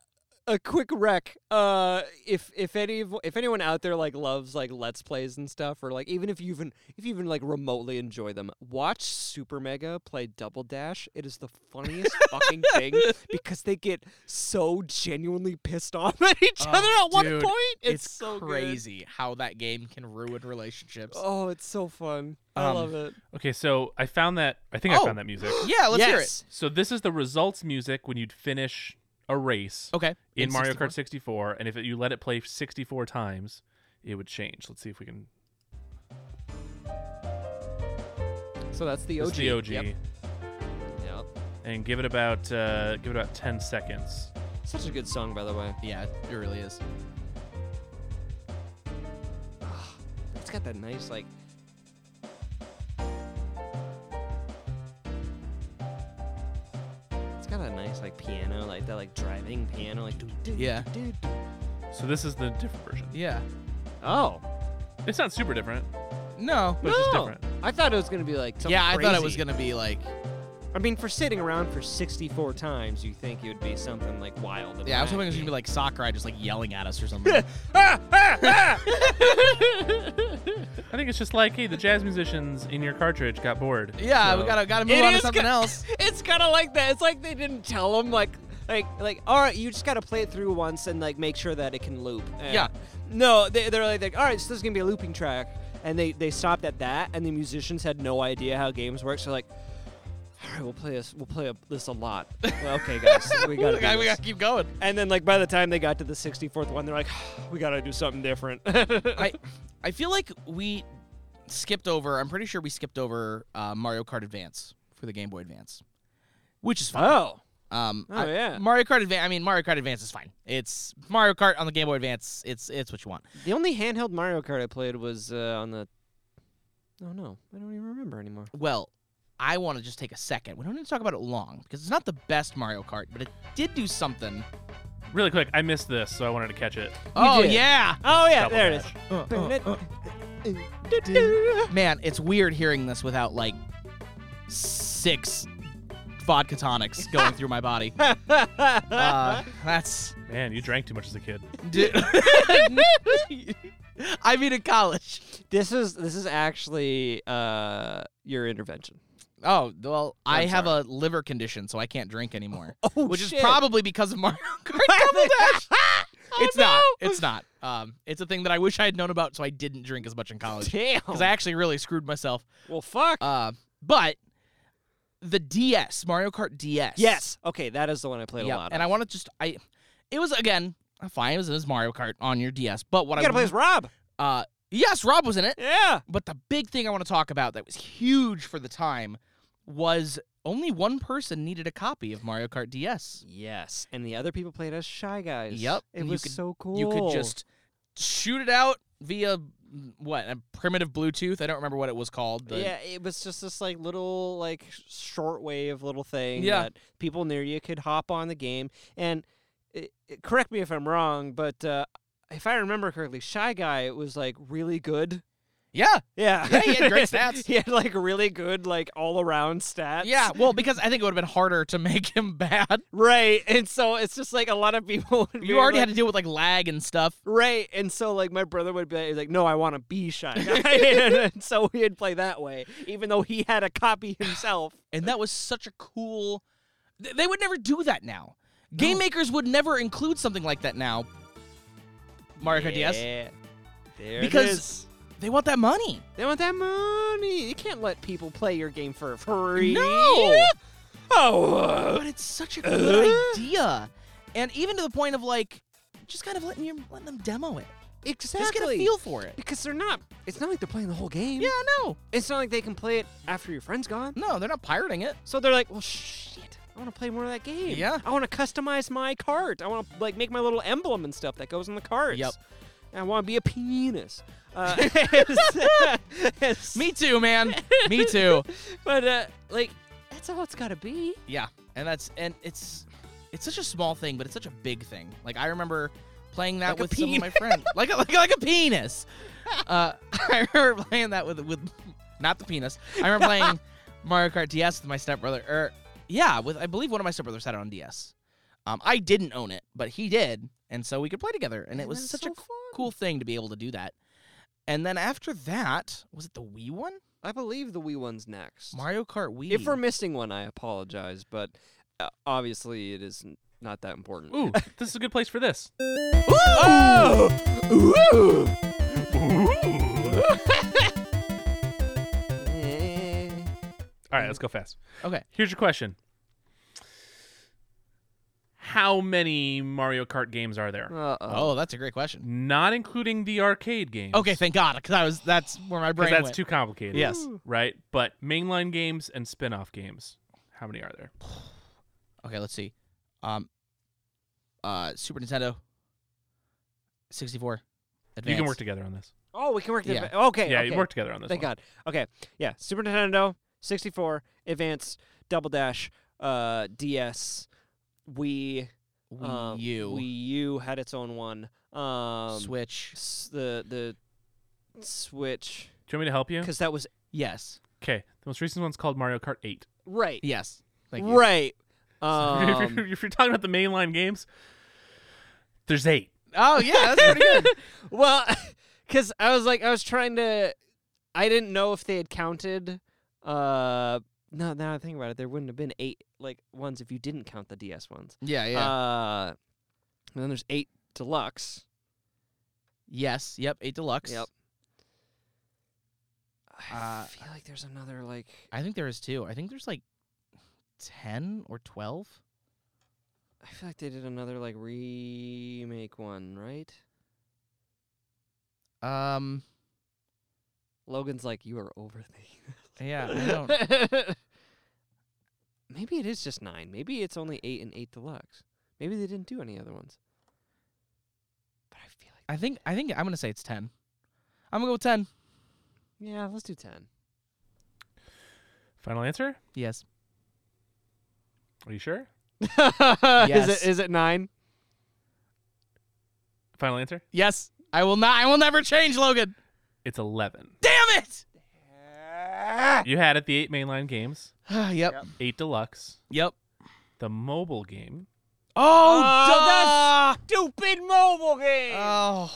S4: a quick rec. Uh, if if any of- if anyone out there like loves like let's plays and stuff, or like even if you even if you even like remotely enjoy them, watch Super Mega play Double Dash. It is the funniest fucking thing because they get so genuinely pissed off at each
S6: Oh,
S4: other at one
S6: dude,
S4: point. It's, so good.
S6: crazy how that game can ruin relationships.
S4: Oh, it's so fun. I
S6: Um,
S4: love it.
S8: Okay, so I found that. I think I
S6: Oh.
S8: found that music.
S6: Yeah, let's hear it.
S4: Yes.
S8: So this is the results music when you'd finish a race
S6: Okay.
S8: in, Mario Kart 64, and if it, you let it play 64 times, it would change. Let's see if we can.
S4: So that's the
S8: this
S4: OG.
S8: is the OG,
S4: Yep.
S8: and give it about uh, give it about 10 seconds.
S4: Such a good song, by the way.
S6: Yeah, it really is.
S4: Ah, It's got that nice, like. It's got that nice, like piano, like that, like driving piano, like. doo doo
S6: Yeah.
S4: doo doo.
S8: So this is the different version.
S6: Yeah.
S4: Oh.
S8: It's not super different,
S6: No.
S8: but it's just
S4: No.
S8: different.
S4: I thought it was gonna be like. Something
S6: yeah, I thought it was
S4: crazy.
S6: gonna be like.
S4: I mean, for sitting around for 64 times, you think it would be something like wild. and
S6: Yeah, I was hoping it was
S4: wacky.
S6: gonna be like Sakurai just like yelling at us or something.
S8: I think it's just like, hey, the jazz musicians in your cartridge got bored.
S6: yeah, we
S8: so-
S6: gotta gotta move
S4: It
S6: on to
S4: is
S6: something
S4: ki-
S6: else.
S4: It's kind of like that. It's like they didn't tell him like like like all right, you just got to play it through once and like make sure that it can loop. And
S6: Yeah.
S4: No, they, they're like, like, all right, so this is gonna be a looping track, and they they stopped at that, and the musicians had no idea how games work, so like. All right, we'll play this. We'll play a, this a lot. Well, okay, guys, we gotta.
S6: we, gotta,
S4: do
S6: we
S4: this.
S6: gotta keep going.
S4: And then, like by the time they got to the 64th one, they're like, "We gotta do something different."
S6: I I feel like we skipped over. I'm pretty sure we skipped over uh, Mario Kart Advance for the Game Boy Advance, which is fine.
S4: oh,
S6: Um,
S4: Oh,
S6: I-
S4: yeah.
S6: Mario Kart Advance. I mean, Mario Kart Advance is fine. It's Mario Kart on the Game Boy Advance. It's it's what you want.
S4: the only handheld Mario Kart I played was uh, on the. Oh no, I don't even remember anymore.
S6: Well, I want to just take a second. We don't need to talk about it long because it's not the best Mario Kart, but it did do something.
S8: Really quick, I missed this, so I wanted to catch it.
S6: oh
S4: did.
S6: yeah,
S4: Oh yeah,
S8: Double
S4: there
S8: dash.
S4: it is.
S6: man, it's weird hearing this without like six vodka tonics going through my body. Uh, that's
S8: Man, you drank too much as a kid.
S6: Dude. I mean, in college.
S4: this is this is actually uh, your intervention.
S6: Oh well, i
S4: I'm
S6: have a liver condition, so I can't drink anymore,
S4: Oh,
S6: which is probably because of Mario Kart Double Dash.
S4: Oh,
S6: it's not. It's not. Um, it's a thing that I wish I had known about, so I didn't drink as much in college
S4: damn.
S6: because I actually really screwed myself.
S4: well, fuck.
S6: Uh, but the DS, Mario Kart DS.
S4: yes. Okay, that is the one I played
S6: Yeah,
S4: a lot.
S6: and I want to just I, it was again fine. It was, it was Mario Kart on your DS, but what
S4: I
S6: I
S4: gotta play as Rob.
S6: uh, yes, Rob was in it.
S4: Yeah.
S6: But the big thing I want to talk about that was huge for the time was only one person needed a copy of Mario Kart DS.
S7: Yes, and the other people played as shy guys.
S6: Yep,
S7: it
S6: and you
S7: was
S6: could-
S7: so cool.
S6: You could just shoot it out via mm, what a primitive Bluetooth. I don't remember what it was called. The,
S7: yeah, it was just this like little like sh- shortwave little thing
S6: Yeah.
S7: that people near you could hop on the game. And i i- correct me if I'm wrong, but uh, if I remember correctly, Shy Guy was like really good.
S6: yeah,
S7: Yeah,
S6: Yeah, he had great stats.
S7: he had like really good like all around stats.
S6: yeah. Well, because I think it would have been harder to make him bad.
S7: right. And so it's just like a lot of people. Would be
S6: You already
S7: like,
S6: had to deal with like lag and stuff.
S7: Right, and so like my brother would be like, "No, I want to be shy," guy." and, and so we'd play that way, even though he had a copy himself.
S6: and that was such a cool th- they would never do that now game makers would never include something like that now mario kart ds
S7: Yeah. There
S6: Because-
S7: it is.
S6: they want that money
S7: they want that money. You can't let people play your game for free.
S6: no
S7: Oh. uh,
S6: but it's such a good idea and even to the point of like just kind of letting you letting them demo it
S7: Exactly.
S6: just get a feel for it
S7: because they're not. It's not like they're playing the whole game.
S6: yeah no
S7: It's not like they can play it after your friend's gone.
S6: no they're not pirating it
S7: So they're like, well, shit. I want to play more of that game.
S6: Yeah.
S7: I want to customize my cart. I want to like make my little emblem and stuff that goes in the carts.
S6: Yep.
S7: And I want to be a penis. Uh,
S6: me too man me too
S7: But uh, like, that's all it's gotta be.
S6: Yeah, and that's and it's it's such a small thing, but it's such a big thing. Like I remember playing that
S7: Like a
S6: with some of my
S7: penis.
S6: friends, like a, like like a penis. Uh, I remember playing that with with not the penis. I remember playing Mario Kart DS with my stepbrother. Or yeah, with I believe one of my stepbrothers had it on DS. Um, I didn't own it, but he did, and so we could play together, and it
S7: And
S6: was
S7: that's
S6: such
S7: so
S6: a cool thing to be able to do that. And then after that, was it the Wii one?
S7: I believe the Wii one's next.
S6: Mario Kart Wii.
S7: If we're missing one, I apologize, but uh, obviously it is n- not that important.
S8: Ooh, this is a good place for this. All right, let's go fast.
S6: okay,
S8: Here's your question. How many Mario Kart games are there?
S7: Uh oh.
S6: oh, that's a great question.
S8: Not including the arcade games.
S6: Okay, thank God, because I was that's where my brain
S8: Because that's
S6: went.
S8: too complicated.
S6: Yes.
S8: Right? But mainline games and spin off games. How many are there?
S6: okay, let's see. Um, uh, Super Nintendo, sixty four.
S8: You can work together on this.
S7: Oh, we can work.
S6: Yeah.
S7: Yeah. Okay.
S8: yeah,
S7: okay.
S8: you work together on this.
S7: Thank
S8: one.
S7: God. Okay. Yeah. Super Nintendo, 64, Advance, Double Dash, uh, DS, Wii,
S6: Wii
S4: Uh,
S7: um,
S6: U,
S7: Wii U had its own one. Um,
S6: Switch.
S7: s- the the Switch,
S8: Do you want me to help you?
S7: because that was
S6: Yes,
S8: Okay. The most recent one's called Mario Kart 8.
S7: right.
S6: yes. Thank you.
S7: right.
S8: if,
S7: Um,
S8: you're, if you're talking about the mainline games, there's eight.
S6: Oh yeah, that's pretty good.
S7: well, because I was like, I was trying to, I didn't know if they had counted. Uh, no, now I think about it, there wouldn't have been eight like ones if you didn't count the DS ones.
S6: yeah, yeah.
S7: Uh, and then there's eight deluxe.
S6: yes, yep. Eight deluxe.
S7: Yep. I
S6: Uh,
S7: feel like there's another like.
S6: I think there is two. I think there's like ten or twelve.
S7: I feel like they did another like remake one, right?
S6: Um,
S7: Logan's like, you are overthinking.
S6: yeah, I don't.
S7: Maybe it is just nine. Maybe it's only eight and eight deluxe. Maybe they didn't do any other ones. But I feel like.
S6: I think I think I'm gonna say it's ten. I'm gonna go with ten.
S7: Yeah, let's do ten.
S8: Final answer?
S6: Yes.
S8: Are you sure?
S7: Is
S6: Yes.
S7: it is it nine?
S8: Final answer?
S6: Yes. I will not. I will never change, Logan.
S8: It's 11.
S6: Damn it. Ah!
S8: You had it, the eight mainline games,
S6: yep. Yep.
S8: eight deluxe, the mobile game,
S6: Oh, duh.
S7: Oh, Stupid mobile game.
S6: Oh.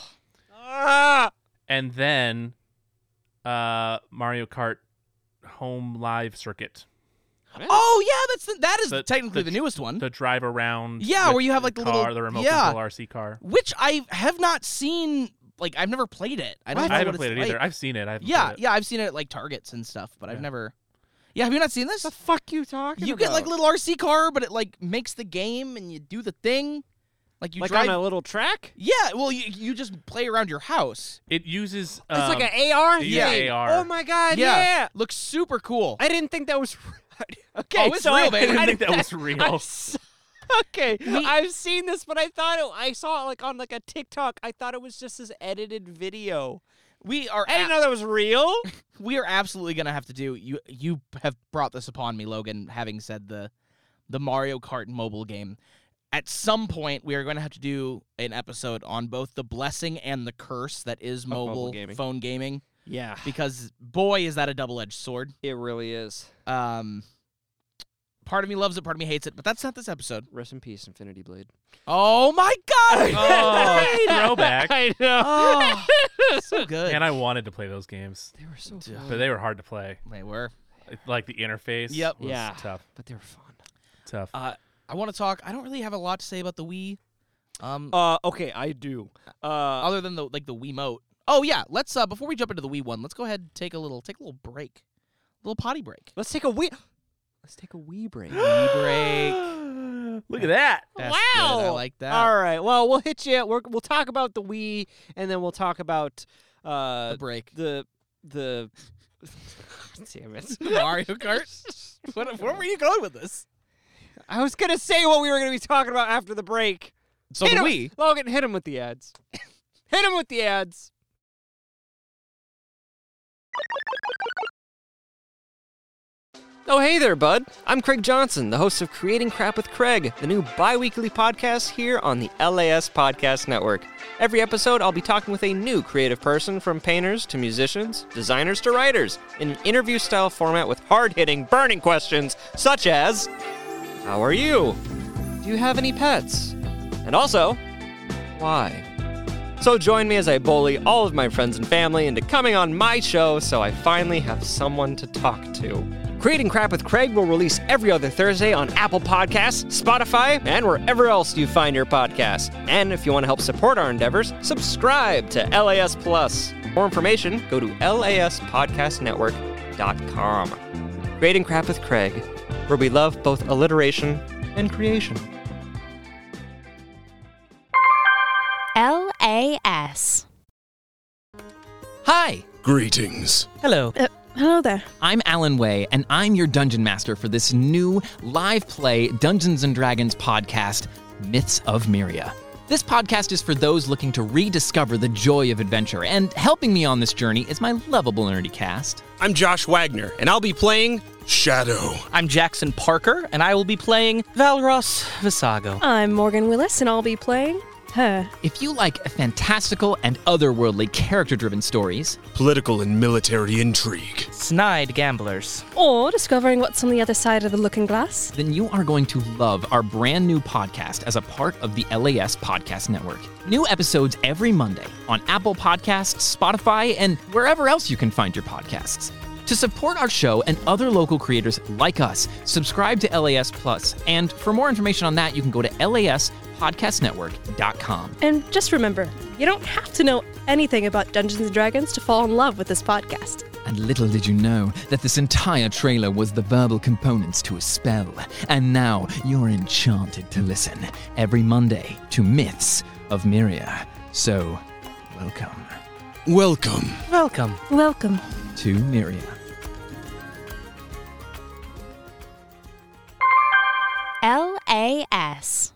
S8: and then uh, Mario Kart Home Live Circuit.
S6: Oh yeah, that's the, that is
S8: The-
S6: technically the,
S8: the-
S6: newest one,
S8: The drive around.
S6: Hmm? Yeah,
S8: with
S6: where you have, like, the little-
S8: car, the remote
S6: yeah.
S8: control RC car.
S6: which I have not seen. Like I've never played it. I don't. Know
S8: I
S6: what
S8: haven't
S6: it's
S8: played it either.
S6: like.
S8: I've seen it. I haven't
S6: yeah,
S8: played it.
S6: yeah, I've seen it at like Targets and stuff, but I've
S8: Yeah.
S6: never. Yeah, have you not seen this?
S7: The fuck you talking
S6: You
S7: about?
S6: get like little RC car, but it like makes the game, and you do the thing, like you
S7: like
S6: drive.
S7: on a little track.
S6: Yeah, well, you you just play around your house.
S8: It uses.
S7: it's
S8: um,
S7: like an AR.
S8: yeah,
S7: thing.
S8: AR.
S7: Oh my god. Yeah.
S6: looks super cool.
S7: I didn't think that was.
S4: Okay,
S6: Oh, it's
S4: so
S6: real,
S4: I,
S6: baby.
S8: I
S4: I
S8: didn't think that was real.
S4: I s- okay, I've seen this, but I thought it, I saw it like on like a TikTok. I thought it was just this edited video.
S6: We are.
S4: I didn't
S7: Ah.
S6: ab-
S4: know that was real.
S6: we are absolutely gonna have to do. You you have brought this upon me, Logan. Having said the the Mario Kart mobile game, at some point we are going to have to do an episode on both the blessing and the curse that is
S4: mobile
S6: mobile,
S4: gaming.
S6: phone gaming.
S4: Yeah,
S6: Because boy, is that a double edged sword.
S4: it really is.
S6: Um, part of me loves it, part of me hates it, but that's not this episode.
S4: Rest in peace, Infinity Blade.
S6: Oh my god!
S8: Oh, throwback.
S4: I know.
S6: Oh, so good.
S8: And I wanted to play those games,
S4: They were so
S6: Duh.
S4: fun,
S8: but they were hard to play.
S6: Wait, where?
S8: Like the interface.
S6: Yep.
S8: was
S4: Yeah.
S8: Tough.
S4: but they were fun.
S8: Tough.
S6: Uh, I want to talk. I don't really have a lot to say about the Wii. Um,
S4: Uh, okay, I do. Uh,
S6: other than the like the Wiimote. Oh yeah, let's uh before we jump into the Wii one, let's go ahead and take a little take a little break. little potty break.
S4: let's take a wee. Let's take a wee break.
S6: Wii break.
S8: Look at that.
S6: That's good, I
S4: Wow.
S6: like that.
S4: All right. Well, we'll hit you. We're, we'll talk about the Wii, and then we'll talk about uh,
S6: A break.
S4: the the. Damn it!
S6: Mario Kart. what, where were you going with this?
S4: I was gonna say what we were gonna be talking about after the break.
S6: So
S4: hit
S6: Oh, the
S4: him-
S6: Wii.
S4: Logan, hit him with the ads. hit him with the ads. Oh, hey there, bud. I'm Craig Johnson, the host of Creating Crap with Craig, the new bi weekly podcast here on the LAS Podcast Network. Every episode, I'll be talking with a new creative person from painters to musicians, designers to writers, in an interview style format with hard hitting, burning questions such as How are you? Do you have any pets? And also, why? So join me as I bully all of my friends and family into coming on my show so I finally have someone to talk to. Creating Crap with Craig will release every other Thursday on Apple Podcasts, Spotify, and wherever else you find your podcasts. And if you want to help support our endeavors, subscribe to LAS Plus. For more information, go to laspodcastnetwork.com. Creating Crap with Craig, where we love both alliteration and creation.
S1: LAS.
S6: Hi.
S10: Greetings.
S6: Hello.
S7: Hello there.
S6: I'm Alan Way, and I'm your dungeon master for this new live play Dungeons and Dragons podcast, Myths of Myria. This podcast is for those looking to rediscover the joy of adventure, and helping me on this journey is my lovable nerdy cast.
S10: I'm Josh Wagner, and I'll be playing Shadow.
S6: I'm Jackson Parker, and I will be playing Valros Visago.
S7: I'm Morgan Willis, and I'll be playing her.
S6: If you like fantastical and otherworldly character driven stories,
S10: Political and military intrigue.
S6: snide gamblers,
S7: Or discovering what's on the other side of the looking glass.
S6: then you are going to love our brand new podcast as a part of the LAS Podcast Network. New episodes every Monday on Apple Podcasts, Spotify, and wherever else you can find your podcasts. To support our show and other local creators like us, subscribe to LAS Plus. And for more information on that, you can go to laspodcastnetwork.com.
S7: And just remember, you don't have to know anything about Dungeons and Dragons to fall in love with this podcast.
S6: And little did you know that this entire trailer was the verbal components to a spell. And now you're enchanted to listen every Monday to Myths of Myria. So, welcome
S10: Welcome.
S7: Welcome. Welcome.
S6: to Myria.
S1: LAS.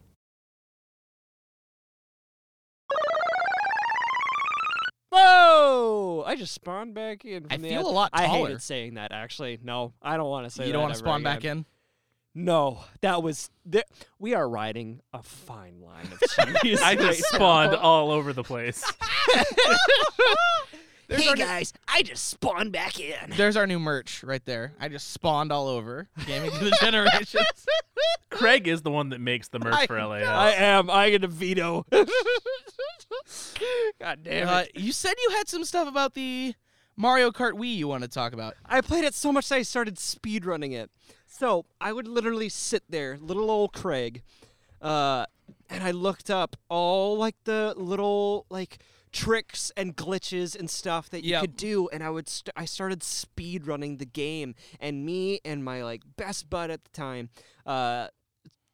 S4: Whoa! I just spawned back in. From
S6: I
S4: the
S6: feel
S4: ad-
S6: a lot
S4: I
S6: taller.
S4: hated saying that actually. No, I don't want to say.
S6: you
S4: that
S6: don't want
S4: ever
S6: to spawn back
S4: again.
S6: in?
S4: No, that was. Th- we are riding a fine line of cheese.
S8: I just spawned all over the place.
S11: hey guys, I just spawned back in.
S6: There's our new merch right there. I just spawned all over. Gaming to the generations.
S8: Craig is the one that makes the merch
S6: I
S8: for Uh, LAS.
S4: I am. I get a veto. God damn it!
S6: Uh, you said you had some stuff about the Mario Kart Wii you want to talk about.
S4: I played it so much that I started speed running it. So I would literally sit there, little old Craig, uh, and I looked up all like the little like tricks and glitches and stuff that you
S6: Yep.
S4: could do, and I would st- I started speed running the game, and me and my like best bud at the time, uh,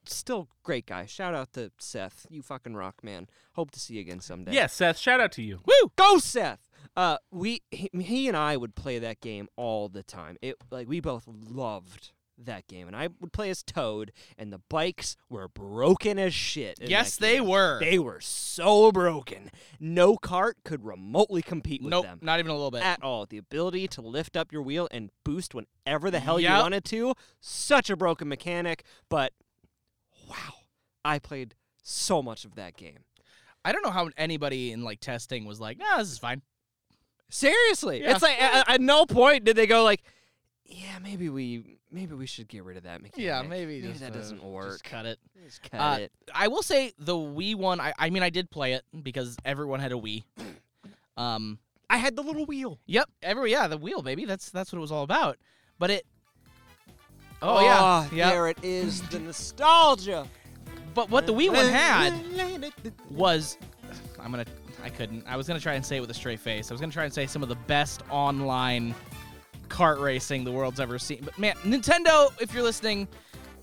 S4: still great guy. Shout out to Seth, you fucking rock, man. Hope to see you again someday.
S8: yeah, Seth, shout out to you.
S4: Woo! Go Seth. Uh, we he, he and I would play that game all the time. It like we both loved that game, and I would play as Toad, and the bikes were broken as shit. in
S6: Yes,
S4: that
S6: they
S4: game.
S6: were.
S4: They were so broken. No cart could remotely compete with
S6: Nope,
S4: them
S6: not even a little bit.
S4: at all. The ability to lift up your wheel and boost whenever the hell you
S6: Yep.
S4: wanted to. Such a broken mechanic, but wow, I played so much of that game.
S6: I don't know how anybody in like testing was like, nah, this is fine.
S4: Seriously,
S6: Yeah.
S4: it's like at, at no point did they go like, yeah, maybe we maybe we should get rid of that mechanic.
S6: Yeah, maybe, just,
S4: that
S6: uh,
S4: doesn't work.
S6: Just cut it.
S4: Just cut
S6: Uh,
S4: it.
S6: I will say the Wii one. I, I mean, I did play it because everyone had a Wii. Um,
S4: I had the little wheel.
S6: Yep. Every yeah, the wheel, baby. That's that's what it was all about. But it. Oh, yeah,
S4: Ah,
S6: yeah.
S4: there it is, the nostalgia.
S6: But what the Wii one had was I'm gonna I couldn't. I was gonna try and say it with a straight face. I was gonna try and say some of the best online kart racing the world's ever seen. But man, Nintendo, if you're listening,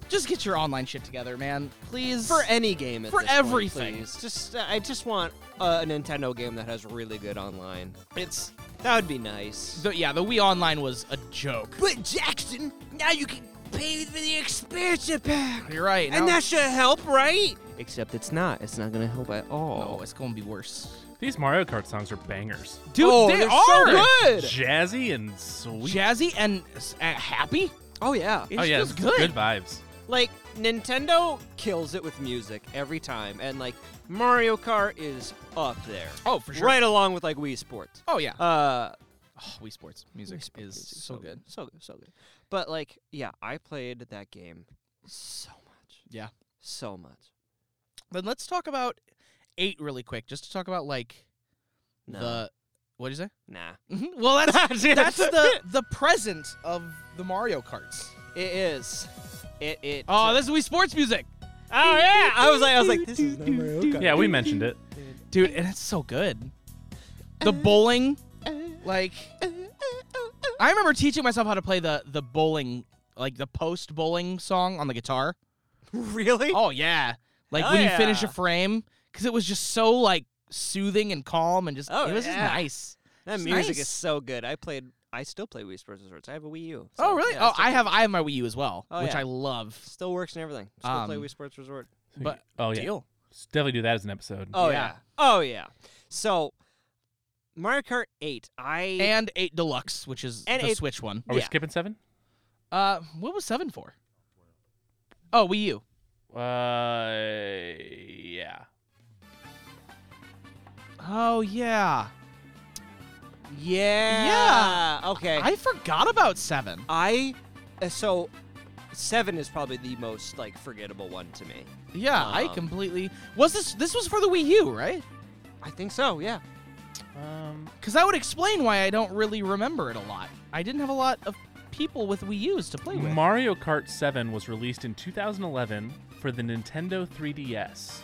S6: just get your online shit together, man. Please.
S4: for any game at
S6: For
S4: this point,
S6: everything.
S4: please. just uh, I just want a Nintendo game that has really good online.
S6: It's
S4: that would be nice.
S6: The, yeah, the Wii Online was a joke.
S11: But Jackson, now you can pay for the expansion pack.
S6: You're right.
S11: And
S6: now-
S11: that should help, right?
S4: Except it's not. It's not gonna help at all.
S6: No, Oh, it's gonna be worse.
S8: These Mario Kart songs are bangers.
S6: Dude,
S4: Oh,
S6: they
S4: they're so
S6: are
S4: good.
S8: Jazzy and sweet.
S6: Jazzy and s- uh, happy.
S4: Oh yeah.
S8: oh yeah,
S6: just
S8: it's
S6: good.
S8: good vibes.
S4: Like Nintendo kills it with music every time, and like Mario Kart is up there.
S6: Oh, for sure.
S4: Right along with like Wii Sports.
S6: Oh yeah.
S4: Uh,
S6: Oh, Wii Sports music is so good.
S4: so good, so good. But like, yeah, I played that game so much,
S6: Yeah.
S4: so much.
S6: Then let's talk about eight really quick, just to talk about like
S4: No,
S6: the what did you say?
S4: nah,
S6: Mhm. Well, that's that's the the present of the Mario Karts.
S4: it is. It it.
S6: Oh, this is Wii Sports music,
S4: oh yeah. I was like, I was like, this is not Mario Kart.
S8: Yeah, we mentioned it.
S6: dude, and it's so good.
S4: Uh,
S6: The bowling, like, I remember teaching myself how to play the the bowling, like the post bowling song on the guitar.
S4: Really?
S6: Oh yeah, like
S4: Hell
S6: when you finish a
S4: yeah.
S6: frame, because it was just so like soothing and calm and just
S4: Oh,
S6: it was just
S4: yeah.
S6: nice.
S4: that
S6: it's
S4: music
S6: nice.
S4: is so good. I played. I still play Wii Sports Resorts. I have a Wii U.
S6: oh
S4: so,
S6: really?
S4: yeah,
S6: oh,
S4: still
S6: I
S4: play-
S6: have I have my Wii U as well,
S4: Oh,
S6: which
S4: yeah.
S6: I love.
S4: Still works and everything. Still play
S6: Um,
S4: Wii Sports Resort.
S6: But-
S8: oh yeah,
S6: Deal.
S8: Let's definitely do that as an episode.
S4: Oh yeah.
S6: Yeah.
S4: Oh yeah. So Mario Kart 8, I
S6: And eight deluxe, which is
S4: And
S6: the
S4: eight-
S6: Switch one.
S8: Are we
S4: yeah.
S8: skipping seven?
S6: Uh, what was seven for? Oh, Wii U.
S8: Uh, yeah.
S6: Oh yeah,
S4: yeah. Yeah. Okay.
S6: I forgot about seven.
S4: I uh, so 7 is probably the most like forgettable one to me.
S6: Yeah, I
S4: Um,
S6: completely was this. This was for the Wii U, right?
S4: I think so, yeah.
S8: Um,
S6: Because that would explain why I don't really remember it a lot. I didn't have a lot of people with Wii U's to play with.
S8: Mario Kart 7 was released in 2011 for the Nintendo 3DS.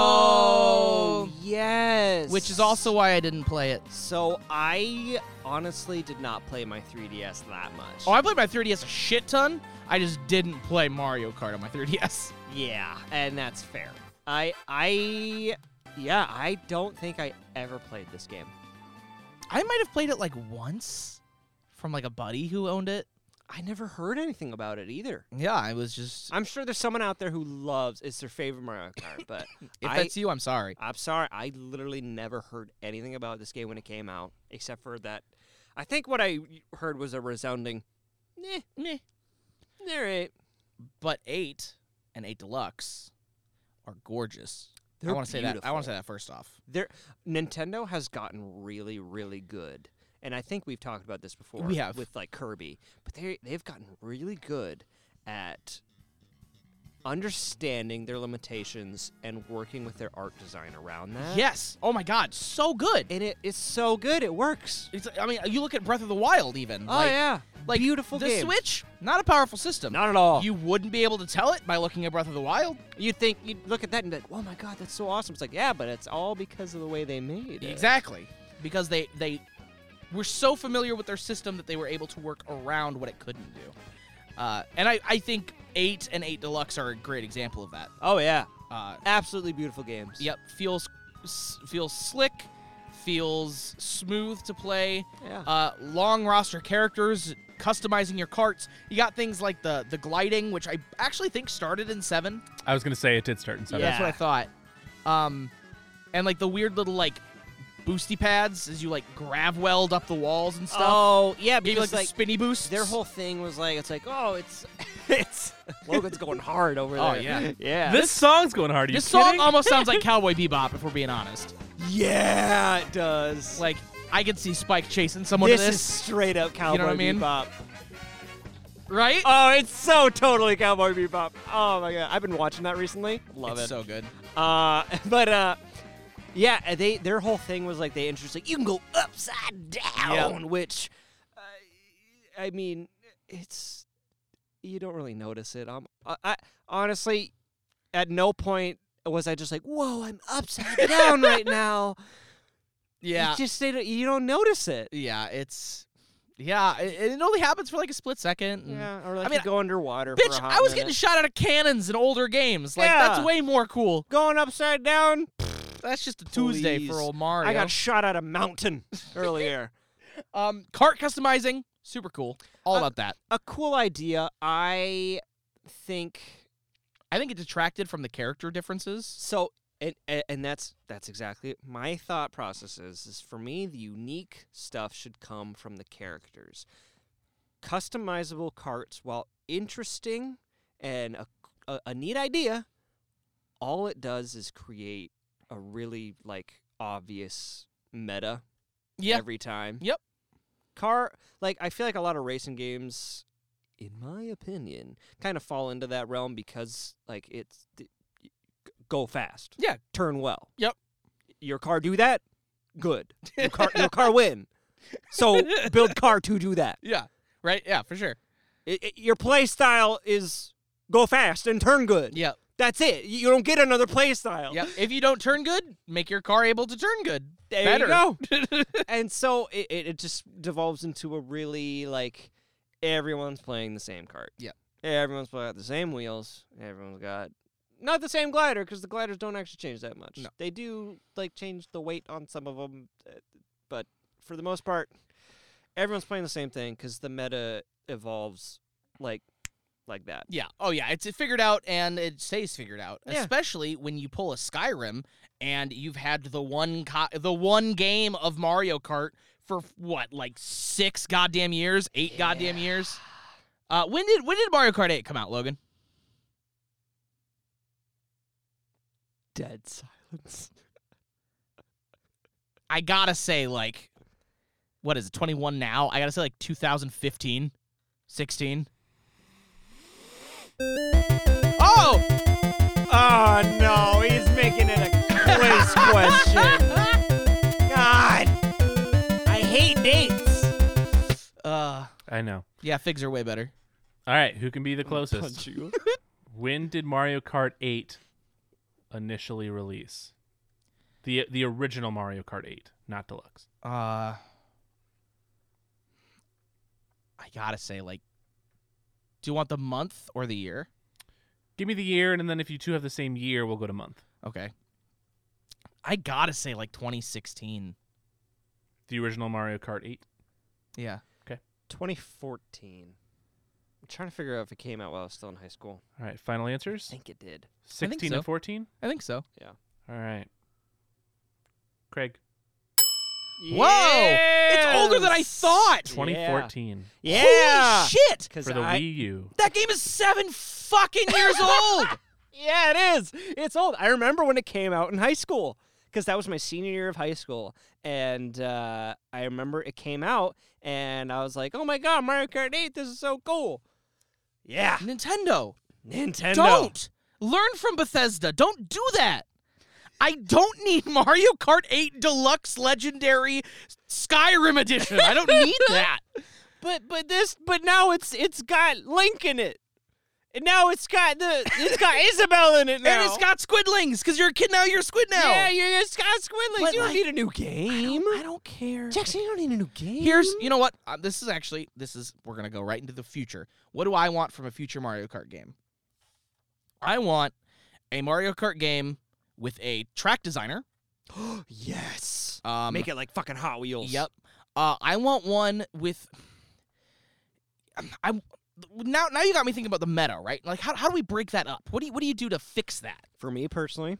S6: oh,
S4: yes.
S6: which is also why I didn't play it.
S4: So I honestly did not play my 3DS that much.
S6: Oh, I played my 3DS a shit ton. I just didn't play Mario Kart on my 3DS.
S4: Yeah, and that's fair. I I yeah, I don't think I ever played this game.
S6: I might have played it like once from like a buddy who owned it.
S4: I never heard anything about it either.
S6: Yeah, I was just.
S4: I'm sure there's someone out there who loves it's their favorite Mario Kart, but
S6: If
S4: I,
S6: that's you, I'm sorry.
S4: I'm sorry, I literally never heard anything about this game when it came out, except for that. I think what I heard was a resounding, "Nah,
S6: Meh.
S4: all right."
S6: But eight and eight deluxe are gorgeous.
S4: They're
S6: I want to say that. I want
S4: beautiful.
S6: to say that first off.
S4: There, Nintendo has gotten really, really good, and I think we've talked about this before.
S6: We have.
S4: with like Kirby, but they they've gotten really good at understanding their limitations and working with their art design around that.
S6: Yes. Oh my God, so good.
S4: and it is so good. It works.
S6: It's. I mean, you look at Breath of the Wild, even.
S4: Oh
S6: like,
S4: yeah,
S6: Like
S4: beautiful
S6: the
S4: game.
S6: Switch, not a powerful system.
S4: Not at all. You
S6: You wouldn't be able to tell it by looking at Breath of the Wild.
S4: you think you would look at that and be like, oh my god, that's so awesome. It's like yeah, but it's all because of the way they made it.
S6: Exactly, because they they were so familiar with their system that they were able to work around what it couldn't do. Uh, and I I think eight and eight deluxe are a great example of that.
S4: Oh yeah,
S6: Uh,
S4: absolutely beautiful games.
S6: Yep, feels s- feels slick, feels smooth to play.
S4: Yeah.
S6: Uh, long roster characters, customizing your carts. You got things like the the gliding, which I actually think started in seven.
S8: I was gonna say it did start in seven.
S6: That's what I thought. Um, and like the weird little like boosty pads as you like grav weld up the walls and stuff.
S4: Oh yeah,
S6: Gave
S4: because
S6: you, like, the spinny boosts.
S4: Their whole thing was like it's like oh it's it's Logan's going hard over
S6: Oh,
S4: there.
S6: yeah.
S4: yeah.
S8: This song's going hard. Are you
S6: This song um,
S8: kidding?
S6: almost sounds like Cowboy Bebop, if we're being honest.
S4: yeah, it does.
S6: Like I could see Spike chasing someone
S4: this,
S6: to this,
S4: is straight up Cowboy
S6: what I mean?
S4: Bebop.
S6: right?
S4: Oh, it's so totally Cowboy Bebop. Oh my god, I've been watching that recently. Love
S6: it's
S4: it.
S6: so good.
S4: Uh, but uh, yeah, uh, they their whole thing was like they introduced like you can go upside down, which uh, I mean, it's you don't really notice it. Um, I, I honestly, at no point was I just like, whoa, I'm upside down right now.
S6: Yeah,
S4: You just they don't- you don't notice it.
S6: yeah. It's yeah. It, it only happens for like a split second. and-
S4: Yeah, or like
S6: mean,
S4: you go underwater. for
S6: Bitch,
S4: a hot
S6: I was
S4: minute.
S6: getting shot out of cannons in older games. Like that's
S4: Yeah.
S6: way more cool.
S4: going upside down.
S6: That's just a Tuesday
S4: Please.
S6: for old Mario.
S4: I got shot at a mountain earlier.
S6: um cart customizing. Super cool. All
S4: Uh,
S6: about that.
S4: A cool idea. I think
S6: I think it detracted from the character differences.
S4: so and and- and that's that's exactly my thought process is, is for me the unique stuff should come from the characters. Customizable carts while interesting and a, a, a neat idea, all it does is create a really like obvious meta
S6: Yeah.
S4: every time.
S6: Yep.
S4: Car like I feel like a lot of racing games in my opinion kind of fall into that realm because like it's d- y- g- go fast.
S6: Yeah.
S4: Turn well.
S6: Yep.
S4: Your car do that? Good. Your car your car win. So build car to do that.
S6: Yeah. Right? Yeah, for sure.
S4: I- I- your play style is go fast and turn good.
S6: Yeah.
S4: That's it. You you don't get another play style.
S6: Yeah. If you don't turn good, make your car able to turn good.
S4: There
S6: Better.
S4: you go. and so it, it, it just devolves into a really like everyone's playing the same cart.
S6: Yep.
S4: Everyone's got the same wheels. Everyone's got not the same glider because the gliders don't actually change that much.
S6: No.
S4: They do like change the weight on some of them, but for the most part, everyone's playing the same thing because the meta evolves like like that.
S6: Yeah. Oh, yeah. It's figured out and it stays figured out.
S4: Yeah.
S6: Especially when you pull a Skyrim and you've had the one co- the one game of Mario Kart for what, like six goddamn years, eight goddamn years. Uh, when did when did Mario Kart Eight come out, Logan?
S4: Dead silence.
S6: I gotta say, like, what is it? Twenty one now. I gotta say, like 2015, 16. Oh,
S4: Oh no, he's making it a quiz question. God, I hate dates.
S6: uh,
S8: I know.
S6: yeah, figs are way better.
S8: All right, who can be the closest? When did Mario Kart 8 initially release? The the original Mario Kart 8, not deluxe.
S6: Uh, I gotta say, like, do you want the month or the year?
S8: Give me the year, and then if you two have the same year, we'll go to month.
S6: Okay. I gotta say, like 2016.
S8: The original Mario Kart 8.
S6: Yeah.
S4: 2014. I'm trying to figure out if it came out while I was still in high school.
S8: All right, final
S4: I
S8: answers.
S4: think it did.
S8: 16
S6: so.
S8: and 14.
S6: I think so.
S8: All right, Craig.
S6: Whoa! It's older than I
S4: Yes!
S6: thought!
S8: 2014
S4: Yeah.
S6: Holy shit!
S4: Because
S8: for the
S4: I-
S8: Wii U.
S6: That game is seven fucking years old!
S4: Yeah, it is. It's old. I remember when it came out in high school because that was my senior year of high school, and uh, I remember it came out, and I was like, "Oh my god, Mario Kart 8! This is so cool." Yeah,
S6: Nintendo,
S4: Nintendo.
S6: don't! Learn from Bethesda. Don't do that! I don't need Mario Kart 8 Deluxe Legendary Skyrim Edition. I don't need that.
S4: But but this but now it's it's got Link in it. And now it's got the it's got Isabel in it now.
S6: And it's got squidlings, because you're a kid now, you're a squid now.
S4: Yeah, you're it's got Squidlings.
S6: But
S4: you
S6: like-
S4: don't need a new game.
S6: I don't care.
S4: Jackson, you don't need a new game.
S6: Here's, you know what? Uh, this is actually, this is, we're going to go right into the future. What do I want from a future Mario Kart game? I want a Mario Kart game with a track designer.
S4: yes.
S6: Um,
S4: Make it like fucking Hot Wheels.
S6: Yep. Uh, I want one with. I now now you got me thinking about the meta, right? Like how how do we break that up? What do you, what do you do to fix that?
S4: For me personally,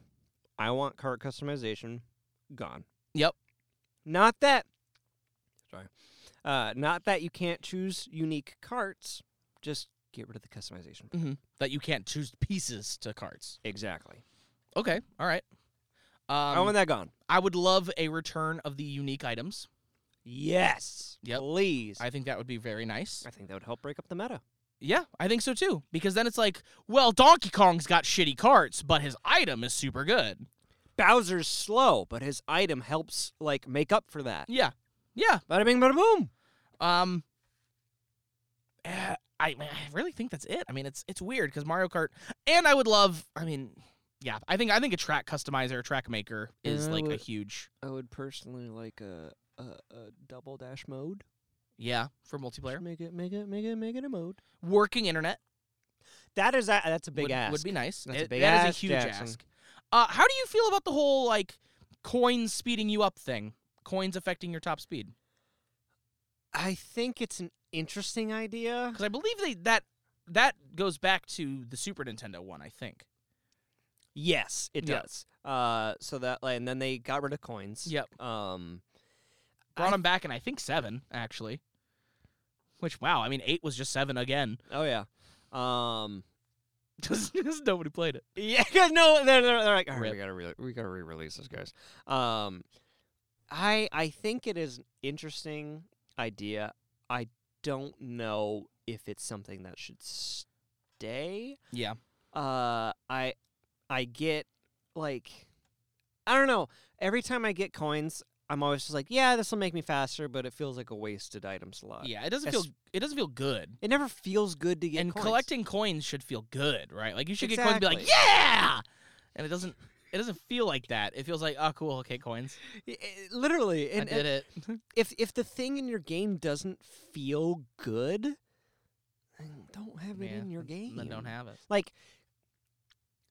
S4: I want cart customization gone.
S6: Yep.
S4: Not that. Sorry. Uh, not that you can't choose unique carts. Just get rid of the customization.
S6: Mm-hmm. That you can't choose pieces to carts.
S4: Exactly.
S6: Okay. All right. Um, I
S4: want that gone.
S6: I would love a return of the unique items.
S4: Yes.
S6: Yep.
S4: Please.
S6: I think that would be very nice.
S4: I think that would help break up the meta.
S6: Yeah, I think so too. Because then it's like, well, Donkey Kong's got shitty carts, but his item is super good.
S4: Bowser's slow, but his item helps like make up for that.
S6: Yeah. Yeah.
S4: Bada bing, bada boom.
S6: Um, eh, I I really think that's it. I mean, it's it's weird because Mario Kart, and I would love. I mean, yeah, I think I think a track customizer, a track maker is
S4: And I
S6: like a
S4: would-
S6: huge.
S4: I would personally like a a, a Uh, double dash mode.
S6: Yeah, for
S4: Just
S6: multiplayer,
S4: Make it, make it, make it, make it a mode.
S6: working internet
S4: That is a, that's a big
S6: would,
S4: ass.
S6: would be nice.
S4: That's a
S6: It-
S4: big
S6: that is
S4: ask,
S6: huge
S4: Jackson.
S6: ask. Uh, how do you feel about the whole like coins speeding you up thing? Coins affecting your top speed?
S4: I think it's an interesting idea.
S6: Because I believe they that that goes back to the Super Nintendo one. I think.
S4: Yes, it
S6: Yeah.
S4: does. Uh, so that like, and then they got rid of coins.
S6: Yep.
S4: Um,
S6: Brought
S4: I-
S6: them back in I think seven actually. Which wow, I mean eight was just seven again.
S4: oh yeah. Um,
S6: Because nobody played it.
S4: yeah. No, they're, they're, they're like, all right,
S6: Rip.
S4: we gotta re- we gotta re-release this, guys. Um, I I think it is an interesting idea. I don't know if it's something that should stay.
S6: Yeah.
S4: uh i i get like i don't know every time i get coins i'm always just like yeah this will make me faster but it feels like a wasted item slot
S6: Yeah, it doesn't
S4: That's-
S6: feel it doesn't feel good.
S4: it never feels good to get
S6: And
S4: coins.
S6: collecting coins should feel good, right? Like you should get coins and be like,
S4: Exactly.
S6: yeah. And it doesn't it doesn't feel like that. It feels like, oh cool, okay, coins.
S4: I- I- literally and,
S6: I did
S4: and
S6: it.
S4: if if the thing in your game doesn't feel good then don't have it
S6: Yeah,
S4: in your game
S6: Then don't have it.
S4: like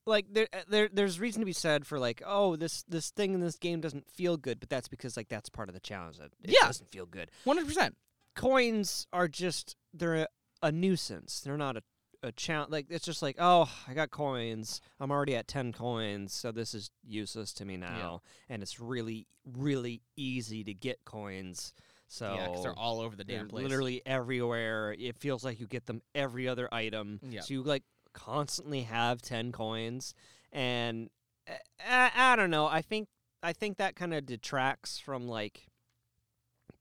S4: like there, uh, there there's reason to be said for like oh this this thing in this game doesn't feel good but that's because like that's part of the challenge that it
S6: Yeah.
S4: doesn't feel good
S6: One hundred percent.
S4: coins are just they're a, a nuisance. They're not a a challenge. Like it's just like oh, I got coins. I'm already at ten coins, so this is useless to me now. And it's really really easy to get coins. So
S6: Yeah, because they're all over the
S4: they're
S6: damn place.
S4: literally everywhere. It feels like you get them every other item.
S6: Yeah.
S4: So you like constantly have ten coins, and uh, I, I don't know. I think I think that kind of detracts from like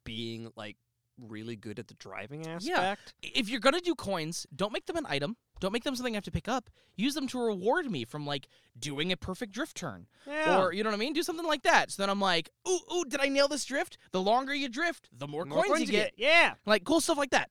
S4: being like really good at the driving aspect.
S6: if you're gonna do coins, don't make them an item. Don't make them something I have to pick up. Use them to reward me from like doing a perfect drift turn, or you know what I mean. Do something like that. So then I'm like, ooh, ooh, did I nail this drift? The longer you drift, the more,
S4: More
S6: coins, you get.
S4: Yeah.
S6: Like cool stuff like that.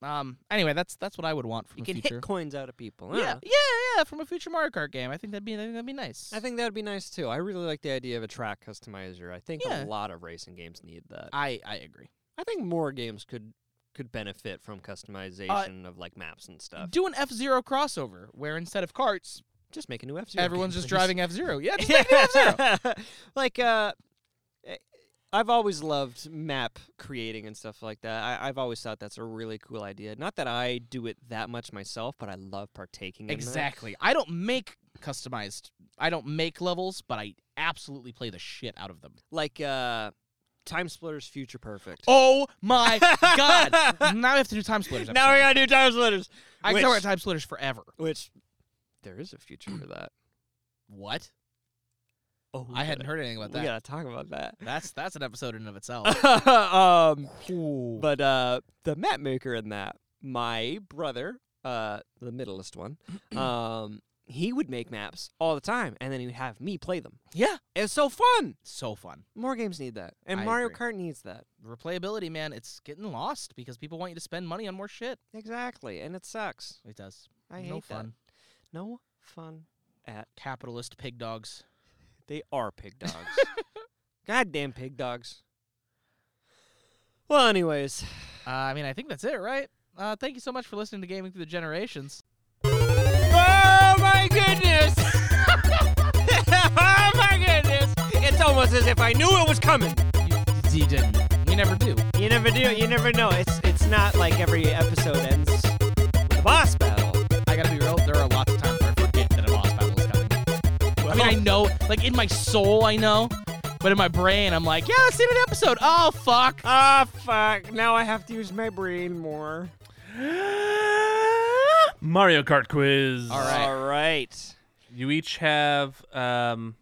S6: Um. Anyway, that's that's what I would want from
S4: You
S6: a
S4: can
S6: future.
S4: hit coins out of people.
S6: yeah, yeah, yeah. From a future Mario Kart game, I think that'd be I think that'd be nice.
S4: I think that would be nice too. I really like the idea of a track customizer. I think
S6: Yeah.
S4: a lot of racing games need that. I,
S6: I I agree.
S4: think more games could could benefit from customization of like maps and stuff.
S6: Do an F Zero crossover where instead of carts,
S4: Just make a new F Zero.
S6: everyone's just driving F Zero. Yeah, just make it F Zero.
S4: like uh eh, I've always loved map creating and stuff like that. I, I've always thought that's a really cool idea. Not that I do it that much myself, but I love partaking in that.
S6: Exactly. I don't make customized. I don't make levels, but I absolutely play the shit out of them.
S4: Like uh Time Splitters Future Perfect.
S6: Oh my god! Now we have to do time splitters.
S4: now we
S6: episode.
S4: gotta do Time Splitters.
S6: I can
S4: which-
S6: talk about time splitters forever.
S4: Which there is a future for that.
S6: What?
S4: Oh
S6: I hadn't heard anything about
S4: We
S6: that.
S4: gotta talk about that.
S6: That's that's an episode in of itself.
S4: um, but uh, the map maker in that, my brother, uh, the middlest one, um, he would make maps all the time, and then he'd have me play them.
S6: yeah,
S4: It's so fun.
S6: so fun.
S4: More games need that, and
S6: I
S4: Mario
S6: agree.
S4: Kart needs that.
S6: Replayability, man, it's getting lost because people want you to spend money on more shit.
S4: Exactly, and it sucks.
S6: It does.
S4: I
S6: no
S4: hate that.
S6: fun.
S4: No fun at.
S6: Capitalist pig dogs.
S4: They are pig dogs. Goddamn pig dogs. Well, anyways,
S6: Uh, I mean, I think that's it, right? Uh, thank you so much for listening to Gaming Through the Generations.
S4: Oh my goodness! oh my goodness! It's almost as if I knew it was coming.
S6: You, you didn't. You never do.
S4: You never do. You never know. It's it's not like every episode ends
S6: like in my soul, I know, but in my brain, I'm like, yeah, let's end an episode. Oh fuck.
S4: Ah,
S6: Oh fuck. Now I have to use my brain more.
S8: Mario Kart quiz.
S4: All right. All right.
S8: You each have um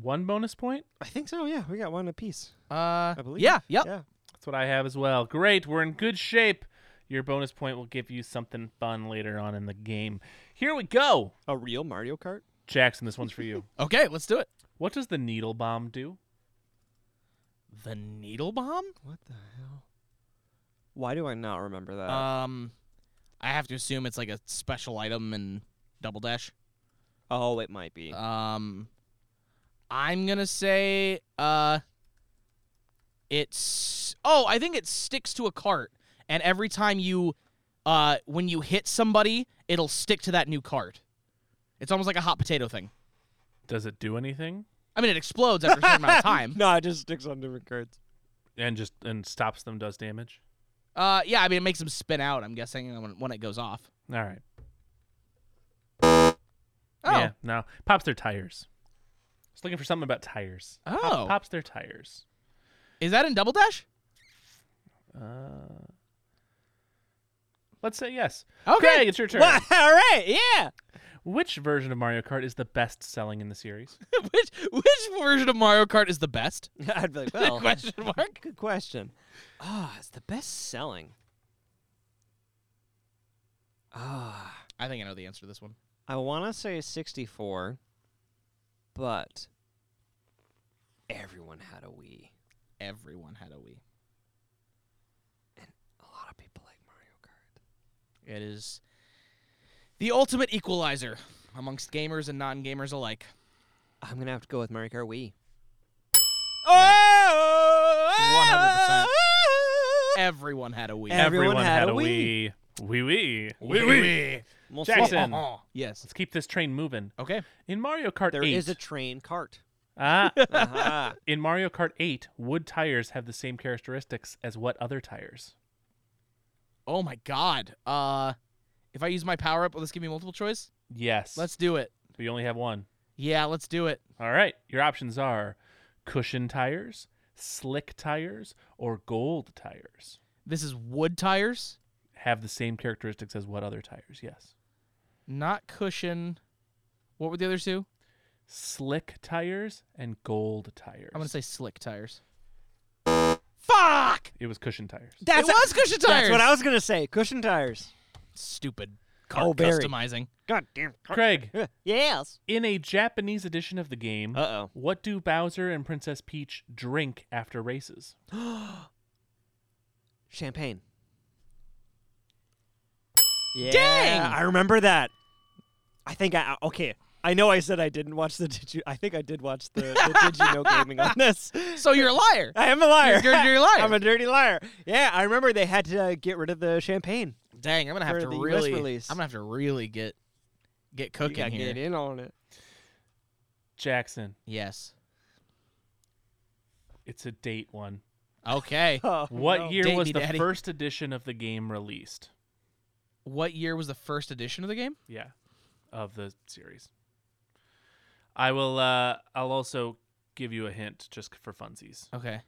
S8: one bonus point?
S4: I think so. Yeah, we got one apiece.
S6: Uh,
S4: I believe.
S6: yeah, yep.
S4: Yeah.
S8: That's what I have as well. Great. We're in good shape. Your bonus point will give you something fun later on in the game. Here we go.
S4: A real Mario Kart.
S8: Jackson, this one's for you.
S6: Okay, let's do it.
S8: What does the needle bomb do?
S6: The needle bomb?
S4: What the hell? Why do I not remember that?
S6: Um, I have to assume it's like a special item in Double Dash.
S4: oh, it might be.
S6: Um, I'm gonna say uh, it's oh, I think it sticks to a cart, and every time you, uh, when you hit somebody, it'll stick to that new cart. It's almost like a hot potato thing.
S8: Does it do anything?
S6: I mean, it explodes after a certain amount of time.
S4: no, it just sticks on different cards.
S8: And just and stops them, does damage?
S6: Uh, yeah, I mean, it makes them spin out. I'm guessing when, when it goes off.
S8: All right.
S6: Oh,
S8: Yeah, no. Pops their tires. I was looking for something about tires. Pop-
S6: Oh.
S8: pops their tires.
S6: is that in Double Dash?
S8: Uh, let's say yes.
S6: Okay.
S8: Craig, it's your turn.
S4: All right. Yeah.
S8: Which version of Mario Kart is the best selling in the series?
S6: which which version of Mario Kart is the best?
S4: I'd be like, well,
S6: Question mark.
S4: good question. Ah, it's the best selling. Ah,
S6: I think I know the answer to this one.
S4: I want to say 64, but everyone had a Wii.
S6: Everyone had a Wii.
S4: A lot of people like Mario Kart.
S6: It is the ultimate equalizer amongst gamers and non-gamers alike.
S4: I'm gonna have to go with Mario Kart Wii.
S6: Oh! One hundred percent. Everyone had a Wii.
S4: Ev- Everyone had a
S8: Wii. Wii Wii. Wii
S4: Most
S8: Jackson,
S6: yes.
S8: let's keep this train moving.
S6: Okay.
S8: In Mario Kart
S4: There
S8: 8,
S4: is a train cart.
S8: ah,
S4: Ah,
S8: in Mario Kart 8, wood tires have the same characteristics as what other tires?
S6: Oh my God. Uh, if I use my power up, will this give me multiple choice?
S8: Yes.
S6: Let's do it.
S8: We only have one.
S6: Yeah, let's do it.
S8: All right. Your options are cushion tires, slick tires, or gold tires.
S6: This is wood tires,
S8: Have the same characteristics as what other tires? Yes.
S6: not cushion. What were the other two?
S8: Slick tires and gold tires.
S6: I'm gonna say slick tires. Fuck!
S8: it was cushion tires.
S4: that's
S6: it was cushion tires.
S4: That's what I was gonna say. Cushion tires.
S6: Stupid.
S4: Oh,
S6: Cart
S4: Barry.
S6: customizing.
S4: God damn.
S8: Craig,
S4: Yes.
S8: in a Japanese edition of the game,
S4: Uh-oh.
S8: what do Bowser and Princess Peach drink after races?
S4: Champagne. Yeah,
S6: Dang!
S4: I remember that. I think I uh, okay. I know I said I didn't watch the did you. I think I did watch the, the did you know gaming on this.
S6: So you're a liar.
S4: I am a liar.
S6: You're a dirty liar.
S4: I'm a dirty liar. Yeah, I remember they had to uh, get rid of the champagne.
S6: Dang, I'm gonna have
S4: For
S6: to
S4: the US
S6: really.
S4: release.
S6: I'm gonna have to really get get
S4: you
S6: cooking
S4: gotta
S6: here.
S4: get in on it.
S8: Jackson,
S6: Yes.
S8: it's a date one.
S6: Okay.
S4: Oh,
S8: What year was
S6: Davey
S8: the
S6: Daddy.
S8: first edition of the game released?
S6: what year was the first edition of the game?
S8: Yeah, of the series. I will. Uh, I'll also give you a hint just for funsies.
S6: Okay.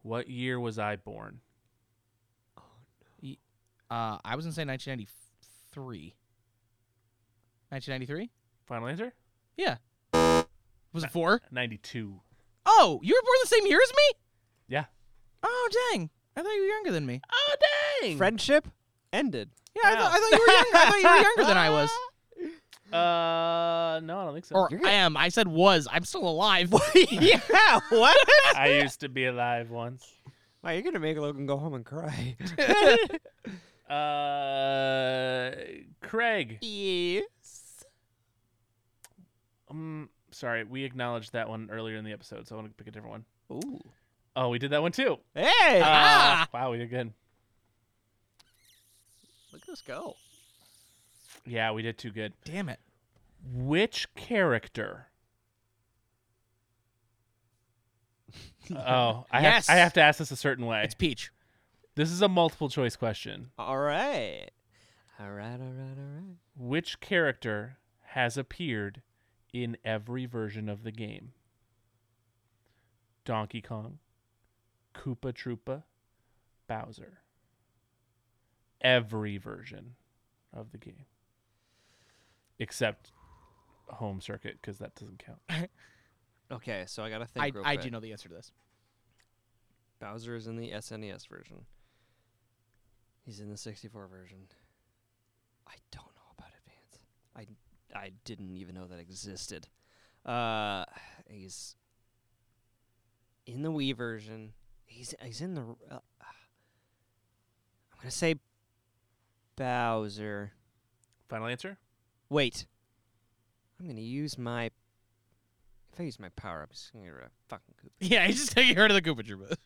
S8: What year was I born?
S6: Uh, I was gonna say 1993. 1993?
S8: Final answer?
S6: Yeah. Was it four?
S8: Ninety-two.
S6: Oh, you were born the same year as me?
S8: Yeah.
S6: Oh dang! I thought you were younger than me.
S8: Oh dang!
S4: Friendship ended.
S6: Yeah, I, thought I thought you were younger. I thought you were younger than I was.
S8: uh, no, I don't think so.
S6: Or I am. I said was. I'm still alive.
S4: yeah. What?
S8: I used to be alive once.
S4: wow, you're gonna make Logan go home and cry.
S8: Uh, Craig.
S6: yes.
S8: Um, sorry, we acknowledged that one earlier in the episode, so I want to pick a different one.
S4: Ooh.
S8: Oh, we did that one too.
S4: Hey.
S8: Uh,
S6: Ah!
S8: Wow, we did good.
S4: Look at us go.
S8: Yeah, we did too good.
S6: Damn it.
S8: Which character? oh, I,
S6: Yes.
S8: have, I have to ask this a certain way.
S6: It's Peach.
S8: this is a multiple choice question.
S4: All right. All right. All right. All right.
S8: Which character has appeared in every version of the game. Donkey Kong, Koopa Troopa, Bowser. Every version of the game. Except home circuit, because that doesn't count.
S4: Okay, so I gotta think.
S6: I,
S4: real
S6: I
S4: quick.
S6: do know the answer to this.
S4: Bowser is in the SNES version. He's in the 64 version. I don't know about Advance. I I didn't even know that existed. Uh, he's in the Wii version. He's he's in the. r- Uh, I'm gonna say Bowser.
S8: Final answer?
S4: Wait. I'm gonna use my. If I use my power up, it's gonna get rid of fucking Koopa.
S6: Yeah, he's just taking her to the Koopa Troopa.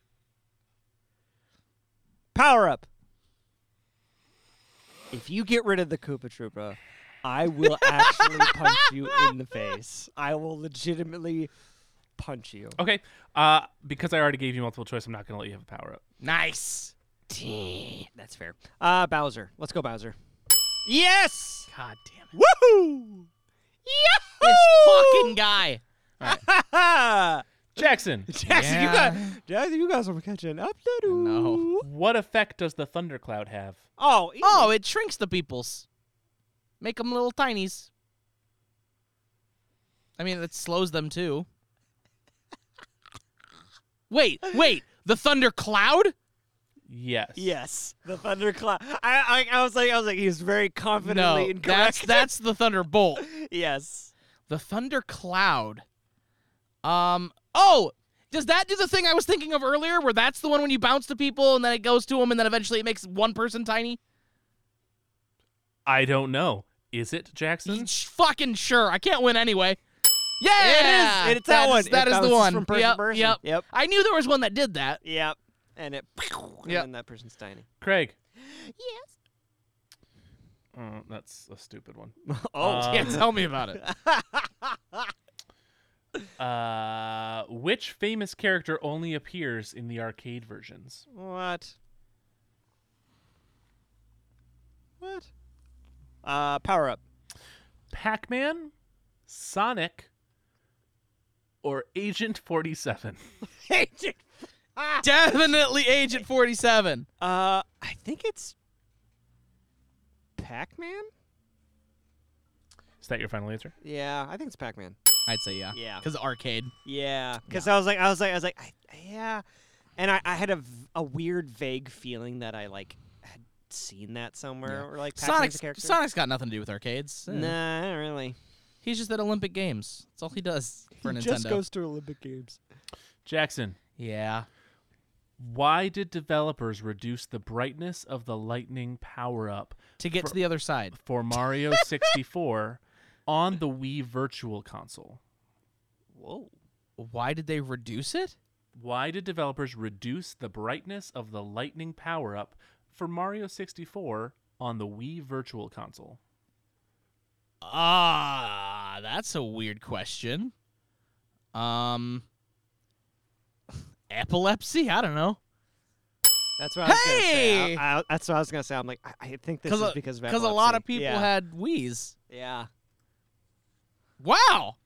S4: Power up. If you get rid of the Koopa Troopa, I will actually punch you in the face. I will legitimately punch you.
S8: Okay. Uh, because I already gave you multiple choice, I'm not going to let you have a power up.
S6: Nice.
S4: That's fair. Uh, Bowser. Let's go, Bowser.
S6: Yes. God damn it.
S4: Woohoo!
S6: This fucking guy.
S8: Jackson.
S4: Jackson, you got Jackson, you guys are catching up. No.
S8: What effect does the thundercloud have?
S4: Oh,
S6: Oh, it shrinks the peoples. Make them little tinies. I mean, it slows them too. Wait, wait. The thunder cloud?
S8: Yes.
S4: yes, the thundercloud. I, I I was like I was like he's very confidently
S6: No, that's
S4: incorrect.
S6: that's the thunderbolt.
S4: yes.
S6: The thunder cloud. Um. Oh, does that do the thing I was thinking of earlier, where that's the one when you bounce to people and then it goes to them and then eventually it makes one person tiny?
S8: I don't know. Is it Jackson?
S6: Sh- Fucking sure. I can't win anyway.
S4: Yeah,
S6: Yeah,
S4: it is. It's that, one.
S6: Is, that
S4: It
S6: is the
S4: bounces
S6: one.
S4: From person
S6: yep,
S4: to person.
S6: yep.
S4: Yep.
S6: I knew there was one that did that.
S4: Yep. And it. And
S6: Yep.
S4: then that person's tiny.
S8: Craig. Yes. Uh, that's a stupid one. Um,
S4: Oh.
S6: Yeah, tell me about it.
S8: Uh, which famous character only appears in the arcade versions?
S4: What? What? Uh, power up.
S8: Pac Man, Sonic, or Agent 47?
S6: Definitely Agent 47.
S4: Uh, I think it's Pac-Man.
S8: Is that your final answer?
S4: Yeah, I think it's Pac-Man.
S6: I'd say yeah.
S4: Yeah.
S6: Because arcade.
S4: Yeah, because I was like, I was like, I was like, I, yeah, and I, I had a, v- a weird vague feeling that I like had seen that somewhere or like Pac-Man's
S6: Sonic's,
S4: a character.
S6: Sonic's got nothing to do with arcades. Eh.
S4: Nah, not really.
S6: He's just at Olympic Games. That's all he does for Nintendo.
S4: to Olympic Games.
S8: Jackson,
S6: yeah.
S8: why did developers reduce the brightness of the lightning power up
S6: To get to the other side.
S8: for Mario 64 on the Wii Virtual Console?
S4: Whoa.
S6: Why did they reduce it?
S8: Why did developers reduce the brightness of the lightning power up for Mario 64 on the Wii Virtual Console?
S6: Ah, that's a weird question. Um, epilepsy? I don't know.
S4: That's what I was gonna say.
S6: Hey!
S4: I, I, that's what I was gonna say. I'm like, I, I think this
S6: Because
S4: is
S6: a,
S4: because of
S6: 'cause a lot of
S4: epilepsy.
S6: people
S4: yeah.
S6: had wheeze.
S4: Yeah.
S6: Wow,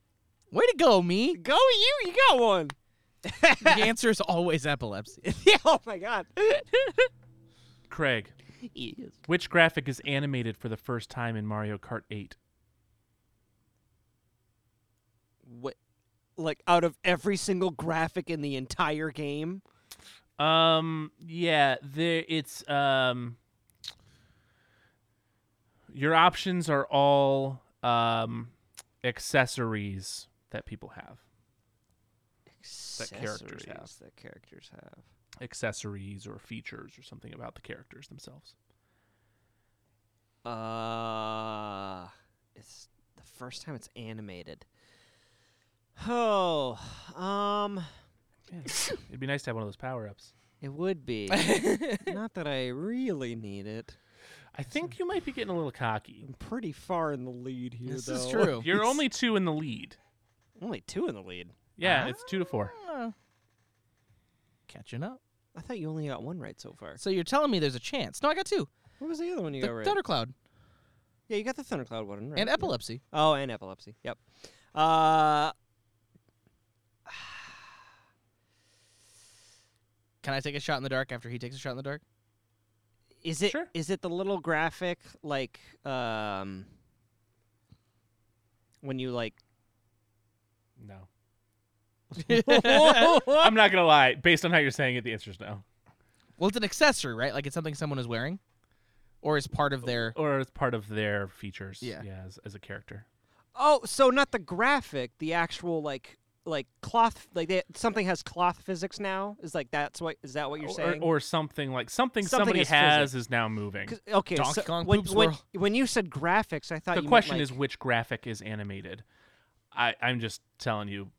S6: way to go, me.
S4: Go you, you got one.
S6: the answer is always epilepsy.
S4: yeah, oh my god.
S8: Craig, which graphic is animated for the first time in Mario Kart 8?
S4: what like out of every single graphic in the entire game?
S8: Um. Yeah. There. It's um. Your options are all um accessories that people have. That characters have.
S4: Accessories That characters have.
S8: Accessories or features or something about the characters themselves.
S4: Uh it's the first time it's animated. Oh, um
S8: Yeah. It'd be nice to have one of those power ups.
S4: it would be. Not that I really need it.
S8: I think you might be getting a little cocky.
S4: I'm pretty far in the lead here
S6: this
S4: though.
S6: is true.
S8: You're only two in the lead.
S4: Only two in the lead.
S8: Yeah, it's two to four.
S6: Catching up.
S4: I thought you only got one right so far.
S6: So you're telling me there's a chance? No, I got two.
S4: What was the other one you
S6: The
S4: got right?
S6: thundercloud
S4: yeah, you got the thundercloud one right.
S6: and epilepsy.
S4: Oh, and epilepsy. Yep. Uh,
S6: Can I take a shot in the dark after he takes a shot in the dark?
S4: is it is it the little graphic like um when you like
S8: No. I'm not gonna lie. Based on how you're saying it, the answer's no.
S6: Well, it's an accessory, right? Like it's something someone is wearing, or is part of their
S8: or as part of their features.
S6: Yeah.
S8: as, as a character.
S4: oh so not the graphic the actual like like cloth like they, something has cloth physics now is like that's what is that what you're
S8: Or,
S4: saying
S8: or something like something,
S4: Something
S8: somebody
S4: is
S8: has
S4: physics.
S8: is now moving.
S4: 'Cause- okay so when, when, when you said graphics i thought you
S8: the
S4: meant,
S8: question
S4: like,
S8: is which graphic is animated. I I'm just telling you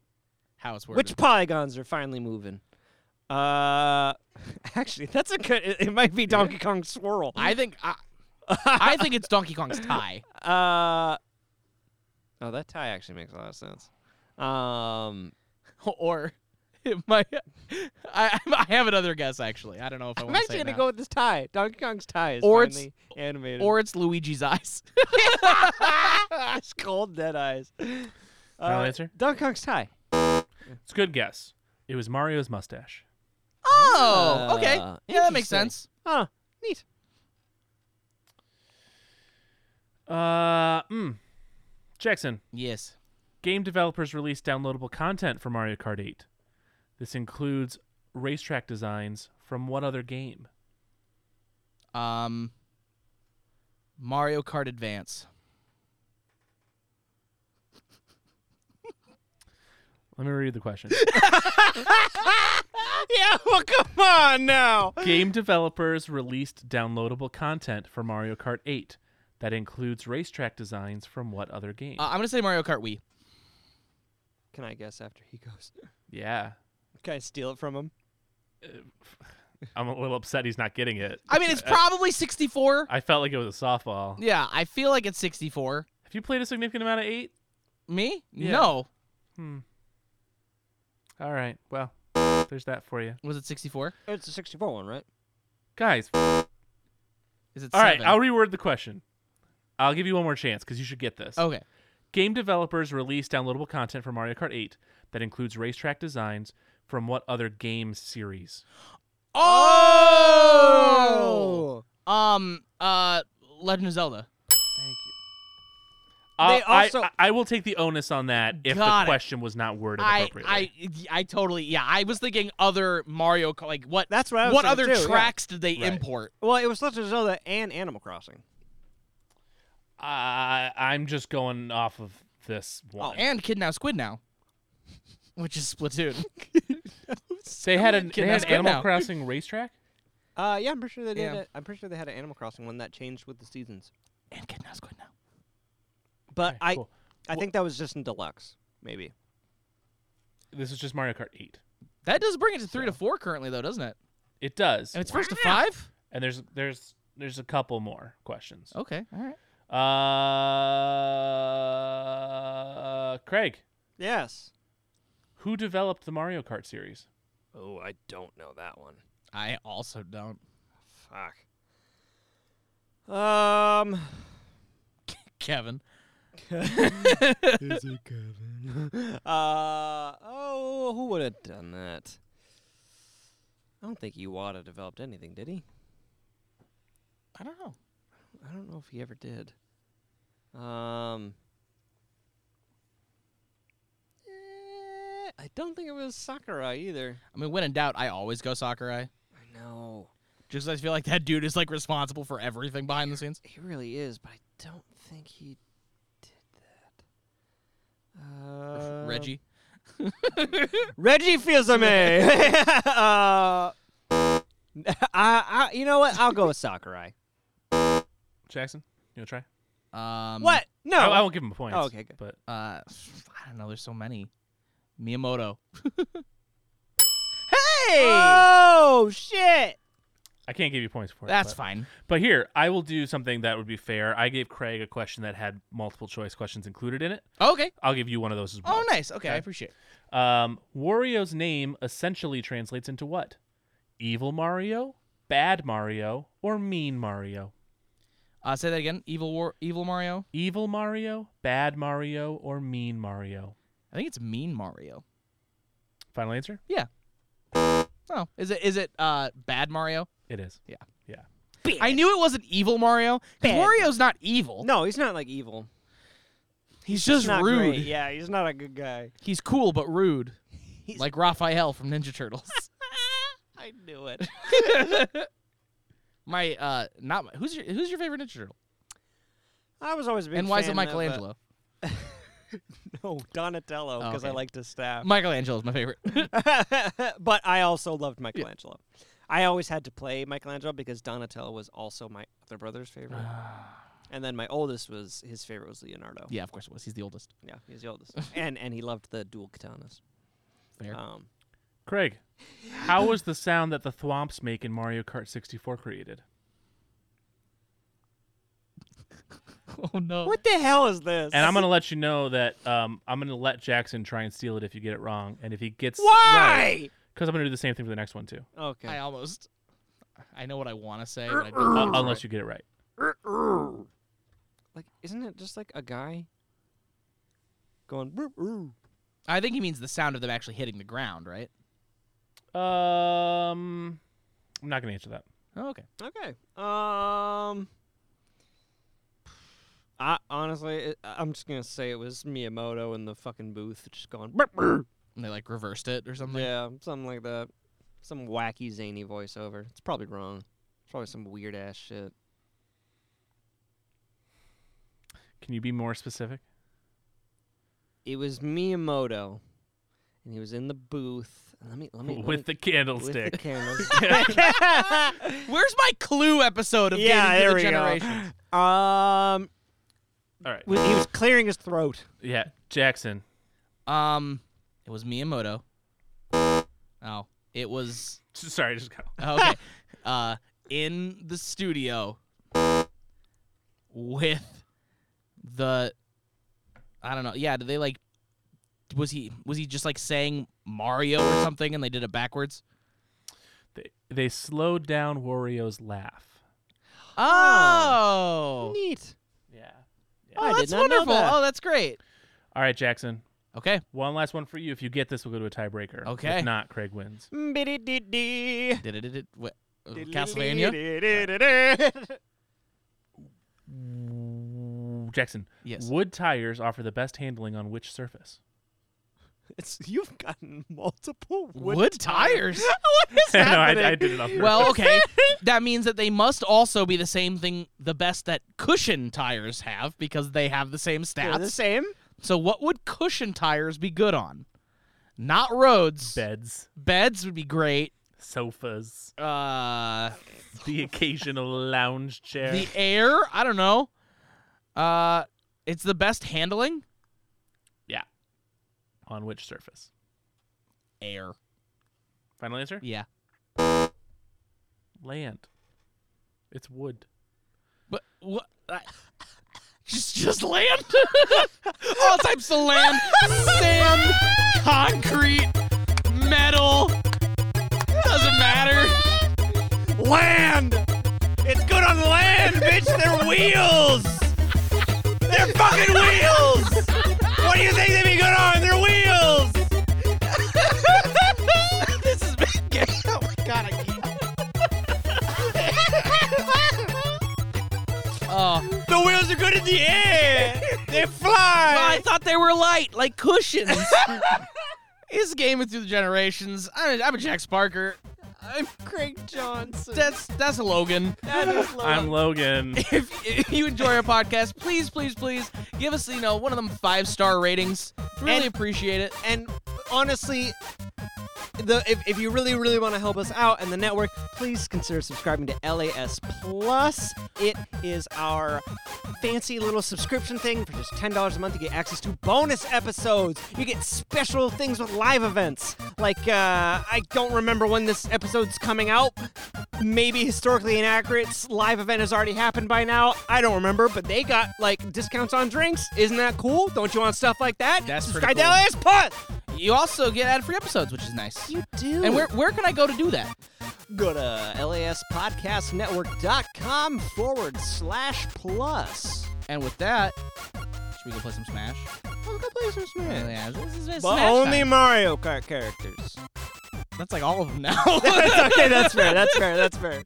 S6: how it's
S4: which polygons are finally moving uh actually that's a good it, it might be donkey kong swirl
S6: I think I, I think it's Donkey Kong's tie.
S4: Uh, oh, that tie actually makes a lot of sense. Um,
S6: or it might. I I have another guess actually. I don't know if I
S4: I'm
S6: want to
S4: actually
S6: say it
S4: gonna
S6: now.
S4: go with this tie. Donkey Kong's tie is
S6: Or it's-
S4: finally animated.
S6: or it's Luigi's eyes.
S4: it's cold dead eyes. Uh,
S8: Final answer?
S4: Donkey Kong's tie.
S8: it's a good guess. It was Mario's mustache.
S6: Oh, okay.
S8: Uh,
S6: Yeah, that makes
S8: interesting.
S6: sense.
S4: Huh. Neat.
S8: Uh,
S4: hmm.
S8: mm. Jackson.
S6: Yes.
S8: Game developers release downloadable content for Mario Kart 8. This includes racetrack designs from what other game?
S6: Um, Mario Kart Advance.
S8: Let me read the question.
S4: yeah, well, come on now.
S8: Game developers released downloadable content for Mario Kart 8 that includes racetrack designs from what other game?
S6: Uh, I'm gonna say Mario Kart Wii.
S4: Can I guess after he goes?
S8: yeah.
S4: Can I steal it from him?
S8: I'm a little upset he's not getting it.
S6: I mean, it's probably 64.
S8: I felt like it was a softball.
S6: Yeah, I feel like it's 64.
S8: Have you played a significant amount of 8?
S6: Me?
S8: Yeah.
S6: No.
S8: Hmm. All right. Well, there's that for you.
S6: Was it 64?
S4: It's a 64 one, right?
S8: Guys.
S6: Is it
S8: All right,
S6: seven?
S8: I'll reword the question. I'll give you one more chance because you should get this.
S6: Okay.
S8: Game developers release downloadable content for Mario Kart 8 that includes racetrack designs from what other game series?
S6: Oh. Um. Uh. Legend of Zelda.
S8: Thank you.
S6: They
S8: Uh, I-
S6: also-
S8: I, I will take the onus on that if
S6: Got
S8: the
S6: it.
S8: question was not worded
S6: I,
S8: appropriately.
S6: I I totally yeah. I was thinking other Mario Kart- like what
S4: That's what I was
S6: what
S4: thinking
S6: other
S4: too, yeah.
S6: tracks did they
S8: Right.
S6: import?
S4: Well, it was Legend of Zelda and Animal Crossing.
S8: I, I'm just going off of this one.
S6: Oh, And Kid Now Squid Now, which is Splatoon.
S8: they had an,
S6: Kid
S8: they
S6: Now
S8: had an
S6: Squid
S8: Animal
S6: Now.
S8: Crossing racetrack?
S4: Uh, yeah, I'm pretty sure they did.
S6: Yeah.
S4: it. I'm pretty sure they had an Animal Crossing one that changed with the seasons.
S6: and Kid Now Squid Now.
S4: But I,
S8: cool.
S4: I think that was just in deluxe, maybe.
S8: This is just Mario Kart 8.
S6: That does bring it to three to four currently though, doesn't it?
S8: It does.
S6: And it's first to five.
S8: And there's there's there's a couple more questions.
S6: Okay, all right.
S8: Uh, Craig,
S4: Yes.
S8: who developed the Mario Kart series?
S12: Oh, I don't know that one.
S6: I also don't.
S12: Fuck.
S4: Um.
S6: Kevin.
S4: Uh oh, who would have done that? I don't think Iwata developed anything, did he?
S6: I don't know.
S4: I don't know if he ever did. Um. eh, I don't think it was Sakura either.
S6: I mean, when in doubt, I always go Sakurai.
S4: I know
S6: Just 'cause I feel like that dude is like responsible for everything behind the scenes.
S4: he really is, but I don't think he did that. Uh,
S6: Reggie.
S4: Reggie feels me. uh, I, I, you know what? I'll go with Sakurai.
S8: Jackson, you wanna try?
S6: Um,
S4: What? No.
S8: I, I won't give him points.
S4: Oh, okay, good.
S8: But
S6: Uh, I don't know. There's so many. Miyamoto.
S4: Oh shit!
S8: I can't give you points for it.
S6: That's
S8: but-
S6: fine.
S8: But here, I will do something that would be fair. I gave Craig a question that had multiple choice questions included in it.
S6: Okay.
S8: I'll give you one of those as well.
S6: Oh, nice. Oh. Okay, I appreciate. it.
S8: Um, Wario's name essentially translates into what? Evil Mario, bad Mario, or mean Mario?
S6: Uh, say that again. Evil War, Evil Mario.
S8: Evil Mario, Bad Mario, or Mean Mario?
S6: I think it's Mean Mario.
S8: Final answer?
S6: Yeah. Oh, is it is it uh, Bad Mario?
S8: It is.
S6: Yeah.
S8: Yeah.
S6: I knew it wasn't Evil Mario. 'cause
S4: Bad.
S6: Mario's not evil.
S4: No, he's not like evil.
S6: He's just
S4: not
S6: rude.
S4: great. Yeah, he's not a good guy.
S6: He's cool but rude, like Raphael from Ninja Turtles.
S4: I knew it.
S6: my uh, not my, who's your who's your favorite Ninja Turtle?
S4: I was always a big
S6: and why is it
S4: fan of, uh,
S6: Michelangelo?
S4: no, Donatello,
S6: Oh,
S4: because I
S6: okay.
S4: like to stab.
S6: Michelangelo's my favorite.
S4: but I also loved Michelangelo. I always had to play Michelangelo because Donatello was also my other brother's favorite. and then my oldest was his favorite was Leonardo.
S6: yeah, of course it was. He's the oldest.
S4: Yeah, he's the oldest. and and he loved the dual katanas.
S6: Fair.
S4: Um,
S8: Craig, how was the sound that the thwomps make in Mario Kart 64 created?
S6: Oh no.
S4: what the hell is this?
S8: And I'm going to let you know that um, I'm going to let Jackson try and steal it if you get it wrong. And if he gets
S4: Why?
S8: Because I'm going to do the same thing for the next one, too.
S4: Okay.
S6: I almost. I know what I want to say. but I don't.
S8: Uh, unless you get it right.
S4: like, isn't it just like a guy going? "Roo, roo."
S6: I think he means the sound of them actually hitting the ground, right?
S8: Um, I'm not going to answer that.
S6: Oh, okay.
S4: Okay. Um. I honestly, it, I'm just gonna say it was Miyamoto in the fucking booth, just going. "Roo, roo."
S6: And they like reversed it or something.
S4: Yeah, something like that. Some wacky, zany voiceover. It's probably wrong. It's probably some weird ass shit.
S8: Can you be more specific?
S4: It was Miyamoto, and he was in the booth. Let me, let me, let me-
S8: With the
S4: with the
S8: candlestick.
S4: candles.
S6: Where's my Clue episode of
S4: yeah,
S6: Dating
S4: there
S6: Through
S4: we
S6: the Generations?
S4: go. Um,
S8: All right.
S4: w- he was clearing his throat.
S8: Yeah, Jackson.
S6: Um, it was Miyamoto. Oh, it was oh,
S8: S- Sorry, just go.
S6: okay. uh, in the studio with the I don't know. Yeah, did they like? Was he was he just like saying Mario or something, and they did it backwards?
S8: They, they slowed down Wario's laugh.
S6: Oh,
S4: Neat.
S8: Yeah.
S6: oh,
S4: I did
S6: that's
S4: not know
S6: wonderful.
S4: that.
S6: Oh, that's great.
S8: All right, Jackson.
S6: Okay,
S8: One last one for you. If you get this, we'll go to a tiebreaker.
S6: Okay.
S8: If not, Craig wins.
S4: Biddy-dee-dee.
S6: did it? Did it? What? uh, Castlevania.
S8: Ooh, Jackson.
S6: Yes.
S8: Wood tires offer the best handling on which surface?
S4: It's, you've gotten multiple wood,
S6: Wood
S4: tires.
S6: tires?
S4: what is
S8: no, I,
S4: happening?
S8: I did it on purpose.
S6: Well, okay. that means that they must also be the same thing, the best that cushion tires have, because they have the same stats.
S4: They're the same.
S6: So, what would cushion tires be good on? Not roads.
S8: beds,
S6: Beds would be great.
S8: sofas,
S6: Uh,
S8: the occasional lounge chair.
S6: the air. I don't know. Uh, it's the best handling.
S8: yeah. On which surface?
S6: Air.
S8: Final answer?
S6: Yeah.
S8: Land. It's wood.
S6: But what? I- just, just land. All types of land: sand, concrete, metal. Doesn't matter.
S4: Land. It's good on land, bitch. They're wheels. They're fucking wheels. What do you think they'd be good on? They're wheels.
S6: this has been gay. Oh my god, I can't. oh,
S4: The wheels are good in the air. They
S6: I
S4: fly.
S6: thought they were light, like cushions. It's gaming through the generations. I'm, I'm a Jack Sparker.
S4: I'm Craig Johnson.
S6: That's that's a Logan.
S4: That is low.
S8: I'm Logan.
S6: If, if you enjoy our podcast, please, please, please give us you know one of them five star ratings. Really
S4: And-
S6: appreciate it.
S4: and honestly, the if, if you really really want to help us out and the network, please consider subscribing to LAS Plus. It is our fancy little subscription thing for just ten dollars a month. You get access to bonus episodes. You get special things with live events. Like uh, I don't remember when this episode's coming out. Maybe historically inaccurate. Live event has already happened by now. I don't remember, but they got like discounts on drinks. Isn't that cool? Don't you want stuff like that?
S6: That's pretty
S4: Subscribe to
S6: cool.
S4: LAS Plus.
S6: You also get ad-free episodes, which is nice. You do. And where where can I go to do that?
S4: Go to laspodcastnetwork.com forward slash plus.
S6: And with that, should we go play some Smash?
S4: Let's go play some Smash.
S6: Oh, yeah, this is- it's
S4: But
S6: Smash
S4: only
S6: time.
S4: Mario Kart characters.
S6: That's like all of them now.
S4: okay, that's fair. That's fair. That's fair.